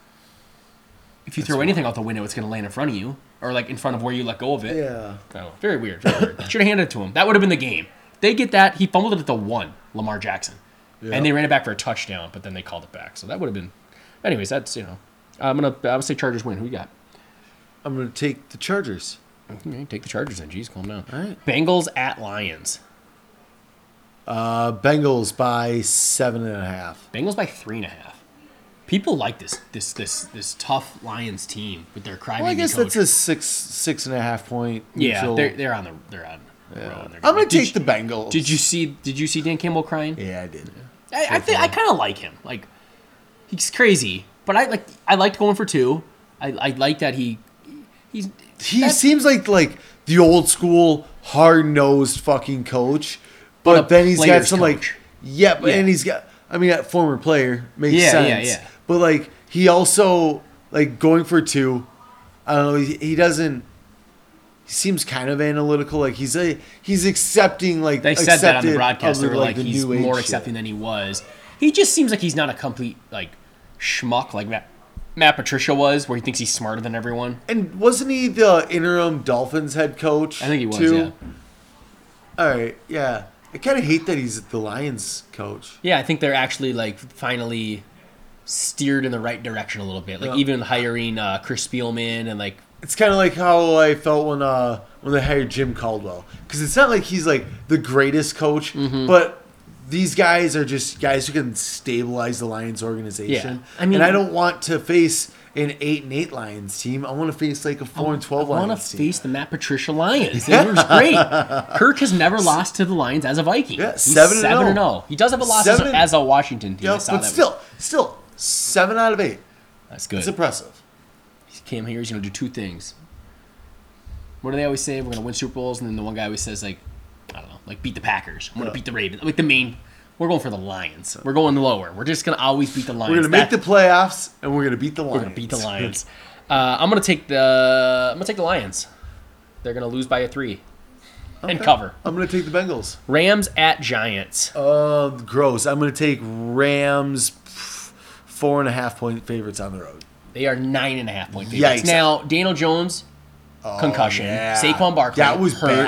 If you throw anything out the window, it's going to land in front of you or like in front of where you let go of it.
Yeah.
Oh, very weird. Very weird. Should have handed it to him. That would have been the game. They get that. He fumbled it at the one, Lamar Jackson,
Yeah.
and they ran it back for a touchdown. But then they called it back. So that would have been. Anyways, that's you know, I'm gonna I'm gonna say Chargers win. Who you got?
I'm gonna take the Chargers.
Okay, take the Chargers then. Jeez, calm down.
All right.
Bengals at Lions.
Uh, Bengals by seven and a half.
Bengals by three and a half. People like this this this this tough Lions team with their crybaby
Well, I guess
coach.
that's a six six and a half point.
yeah,
neutral.
they're they're on the they're on. the road. They're
I'm gonna
be- did
take the
you-
Bengals.
Did you see Did you see Dan Campbell crying?
Yeah, I did.
I, I think I kind of like him. Like he's crazy, but I like I liked going for two. I, I like that he he's
He
that's-
seems like like the old school hard nosed fucking coach, but,
a
then he's got
player's
some
coach.
like yeah, but
Yeah.
and he's got I mean that former player makes
Yeah, yeah,
sense.
yeah.
But like he also like going for two. I don't know. He, he doesn't. He seems kind of analytical. Like he's a he's accepting like
They said that on
accepted
the broadcast.
of
They were like,
the
he's
new age
more
shit.
accepting than he was. He just seems like he's not a complete like schmuck like Matt, Matt Patricia was, where he thinks he's smarter than everyone.
And wasn't he the interim Dolphins head coach?
I think he was.
too?
Yeah.
All right. Yeah. I kind of hate that he's the Lions coach.
Yeah, I think they're actually like finally steered in the right direction a little bit. Like
Yeah.
even hiring uh, Chris Spielman and like
It's kind of like how I felt when uh when they hired Jim Caldwell because it's not like he's like the greatest coach,
Mm-hmm.
but these guys are just guys who can stabilize the Lions organization.
Yeah. I mean-
and I don't want to face an eight and eight Lions team. I want to face like a four and twelve
I want
Lions
to
team.
face the Matt Patricia Lions. It was
(laughs)
great. Kirk has never lost to the Lions as a Viking.
Yeah,
He's
7 and 0.
and 0. He does have a loss as a,
Seven-
as a Washington team.
Yeah,
I saw
but
that.
still, still seven out of eight.
That's good.
It's impressive.
Cam here is going to do two things. What do they always say? We're going to win Super Bowls, and then the one guy always says like, I don't know, like beat the Packers. I'm going to beat the Ravens. Like the main. We're going for the Lions. We're going lower. We're just going to always beat the Lions.
We're gonna make
That-
the playoffs and we're gonna beat the Lions.
we're going to beat the Lions. Uh, I'm going to take the I'm going to take the Lions. They're going to lose by a three, and cover.
(laughs) I'm gonna take the Bengals.
Rams at Giants.
Uh, gross. I'm gonna take Rams pff, four and a half point favorites on the road.
They are nine and a half point favorites.
Yikes. Oh,
Now, Daniel Jones, concussion.
yeah.
Saquon Barkley.
That was
hurt.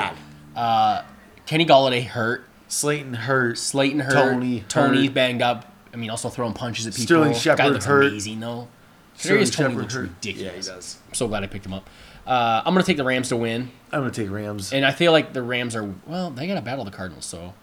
Uh,
bad.
Kenny Galladay hurt.
Slayton hurt.
Slayton hurt.
Tony
Tony
hurt.
banged up. I mean, also throwing punches at people.
Sterling
Guy
Shepard
looks
hurt.
amazing though.
Sterling
Kadarius Tony
Shepard
looks
hurt.
ridiculous.
Yeah, he does.
I'm so glad I picked him up. Uh, I'm gonna take the Rams to win,
I'm gonna take Rams.
and I feel like the Rams are well. They got to battle the Cardinals, so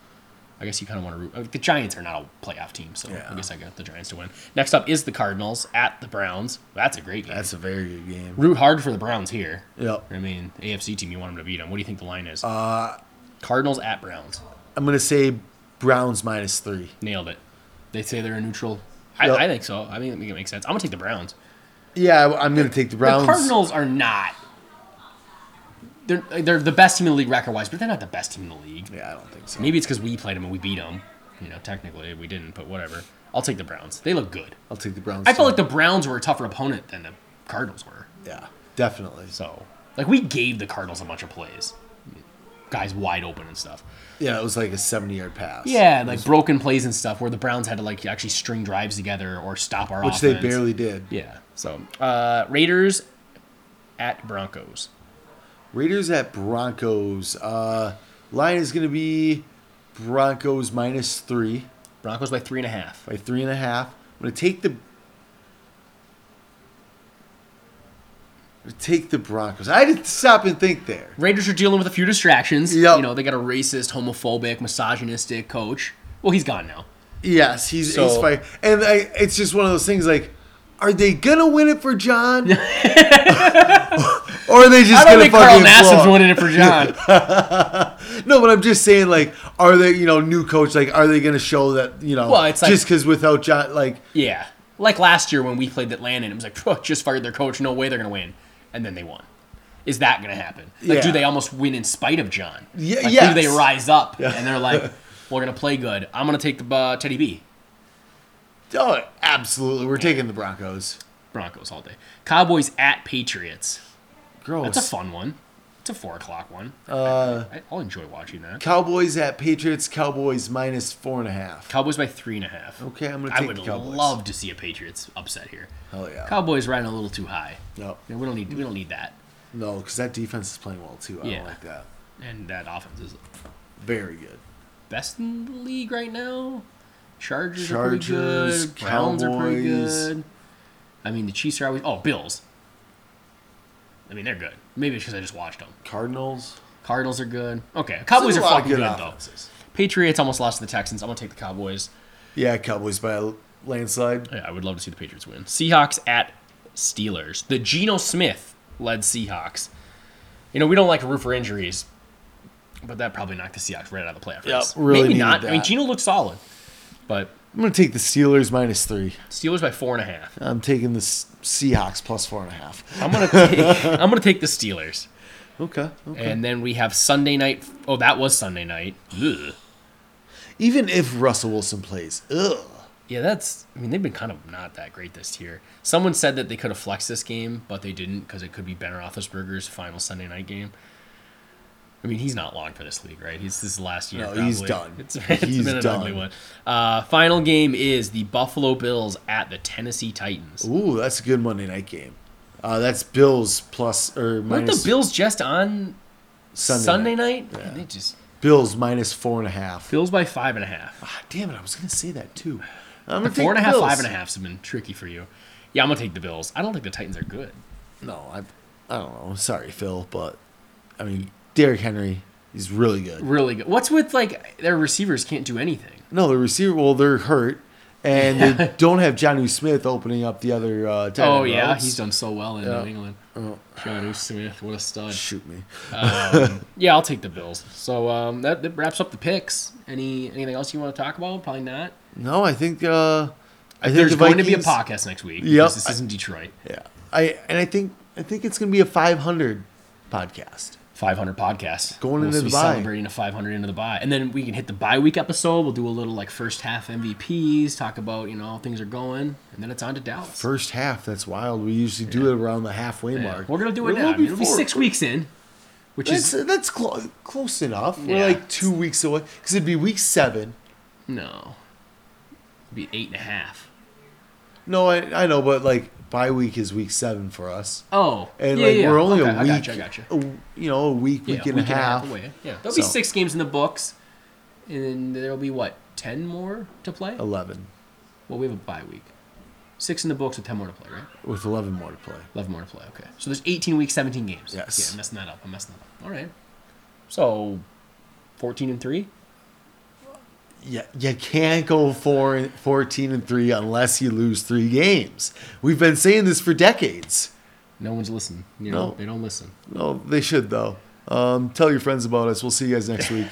I guess you kind of want to root. uh, The Giants are not a playoff team, so I
Yeah.
guess I got the Giants to win. Next up is the Cardinals at the Browns. That's a great game.
That's a very good game.
root hard for the Browns here.
Yep.
I mean, AFC team, you want them to beat them. What do you think the line is? Uh, Cardinals at Browns.
I'm gonna say Browns minus three.
Nailed it. They say they're a neutral. I,
Yep.
I think so. I think it makes sense. I'm gonna take the Browns.
Yeah, I- I'm gonna take the Browns.
The Cardinals are not. They're they're the best team in the league record wise, but they're not the best team in the league.
Yeah, I don't think so.
Maybe it's because we played them and we beat them. You know, technically we didn't, but whatever. I'll take the Browns. They look good.
I'll take the Browns.
I felt like
too.
the Browns were a tougher opponent than the Cardinals were.
yeah, definitely.
So like we gave the Cardinals a bunch of plays, guys wide open and stuff.
Yeah, it was like a 70 yard pass.
Yeah, and, like broken plays and stuff where the Browns had to like actually string drives together or stop our
which they
offense.
barely did.
Yeah. So uh, Raiders at Broncos.
Raiders at Broncos. Uh, line is going to be Broncos minus three
Broncos by three and a half.
by three and a half. I'm going to take the. Take the Broncos. I had to stop and think there.
Raiders are dealing with a few distractions.
Yep.
You know they got a racist, homophobic, misogynistic coach. Well, he's gone now.
Yes, he's
So-
he's fine. and I, it's just one of those things. Like, are they gonna win it for (laughs) John, or are they just
I don't
gonna
think Carl
fucking
Nassib's
blow up?
winning it
(laughs)
for John.
No, but I'm just saying, like, are they, you know, new coach, like, are they going to show that, you know,
Well, it's like-
just because without John, like,
yeah. Like last year when we played Atlanta, and it was like, (laughs) "Phew, just fired their coach. No way they're gonna win, and then they won. Is that gonna happen? Like,
Yeah.
do they almost win in spite of John?
Ye-
Like,
yes.
Do they rise up and they're
(laughs)
like, "We're gonna play good. I'm gonna take the uh, Teddy B."
oh, absolutely, we're taking the Broncos.
Broncos all day. Cowboys at Patriots.
Gross.
That's a fun one. It's a four o'clock one.
Uh,
I, I'll enjoy watching that.
Cowboys at Patriots, Cowboys minus four and a half.
Cowboys by three and a half.
Okay, I'm going to
I
take
would
the Cowboys.
love to see a Patriots upset here.
Hell yeah.
Cowboys riding a little too high.
no,
Yeah, we don't need we don't need that.
no, because that defense is playing well, too. I
Yeah.
don't like that.
And that offense is
Very good.
best in the league right now. Chargers, are
Chargers,
pretty good. Browns are pretty
Cowboys.
good. I mean, the Chiefs are always oh Bills. I mean, they're good. Maybe it's because I just watched them.
Cardinals.
Cardinals are good. Okay,
There's
Cowboys
a
are
lot of
fucking good, though.
offenses.
Patriots almost lost to the Texans. I'm gonna take the Cowboys.
Yeah, Cowboys by a landslide.
Yeah, I would love to see the Patriots win. Seahawks at Steelers. The Geno Smith led Seahawks. You know, we don't like to root for injuries, but that probably knocked the Seahawks right out of the playoff
Yep,
race.
really
Maybe
needed
not. I mean,
that.
Geno looked solid, but
I'm going to take the Steelers minus three.
Steelers by four and a half.
I'm taking the S- Seahawks plus four and a half.
I'm gonna take, (laughs) I'm gonna take the Steelers,
Okay. okay.
and then we have Sunday night. Oh, that was Sunday night. Ugh.
Even if Russell Wilson plays, ugh.
Yeah, that's. I mean, they've been kind of not that great this year. Someone said that they could have flexed this game, but they didn't because it could be Ben Roethlisberger's final Sunday night game. I mean, he's not long for this league, right? He's this is the last year.
No, he's
probably.
done.
It's, it's
He's
been an
done.
ugly one. Uh, final game is the Buffalo Bills at the Tennessee Titans.
Ooh, that's a good Monday night game. Uh, that's Bills plus or
Weren't the
minus
Bills just on Sunday,
Sunday, night.
night? Man, they just
Bills minus four and a half.
Bills by five and a half.
Ah, damn it, I was gonna say that too. I'm gonna
Four and a half,
Bills.
five and a half has been tricky for you. Yeah, I'm gonna take the Bills. I don't think the Titans are good.
No, I I don't know. Sorry, Phil, but I mean, Derrick Henry is really good.
Really good. What's with like their receivers can't do anything?
No, the receiver. Well, they're hurt, and they
(laughs)
don't have Johnny Smith opening up the other. Uh, tight
Oh
end
yeah,
routes.
he's done so well in New England.
Oh.
Johnny Smith, what a stud.
Shoot me.
Yeah, I'll take the Bills. So um, that, that wraps up the picks. Any anything else you want to talk about? Probably not.
No, I think. Uh, I think
There's
the
going to be a
Vikings-
podcast next week.
Yep.
because This isn't Detroit.
Yeah, I and I think I think it's gonna be a 500 podcast.
500 podcasts.
Going
we'll
into the
be
bye.
celebrating a 500 into the bye, and then we can hit the bye week episode. We'll do a little like first half MVPs, talk about you know how things are going, and then it's on to Dallas.
First half, that's wild. We usually do it around the halfway
Yeah.
mark.
We're gonna do
We're
it
a
now. I
little
mean, it'll be
before-
6 weeks in, which
That's
is
that's clo- close enough.
Yeah.
We're like two weeks away because it'd be week seven.
no, it'll be eight and a half.
No, I, I know, but like bye week is week seven for us,
Oh,
and
yeah,
like
yeah.
we're only
Okay,
a
I
week,
gotcha, I gotcha.
a w- you know, a week,
Yeah,
week, and, a half.
away. Yeah, there'll be
So-
six games in the books, and then there'll be what ten more to play.
eleven
Well, we have a bye week, six in the books with ten more to play, right?
with eleven more to play.
Eleven more to play. Okay, so there's eighteen weeks, seventeen games.
Yes.
Yeah, I'm messing that up. I'm messing that up. All right. So, fourteen and three.
Yeah, you can't go four, 14 and three unless you lose three games. We've been saying this for decades.
No one's listening. You know,
No.
they don't listen.
No, they should though. Um, tell your friends about us. We'll see you guys next week.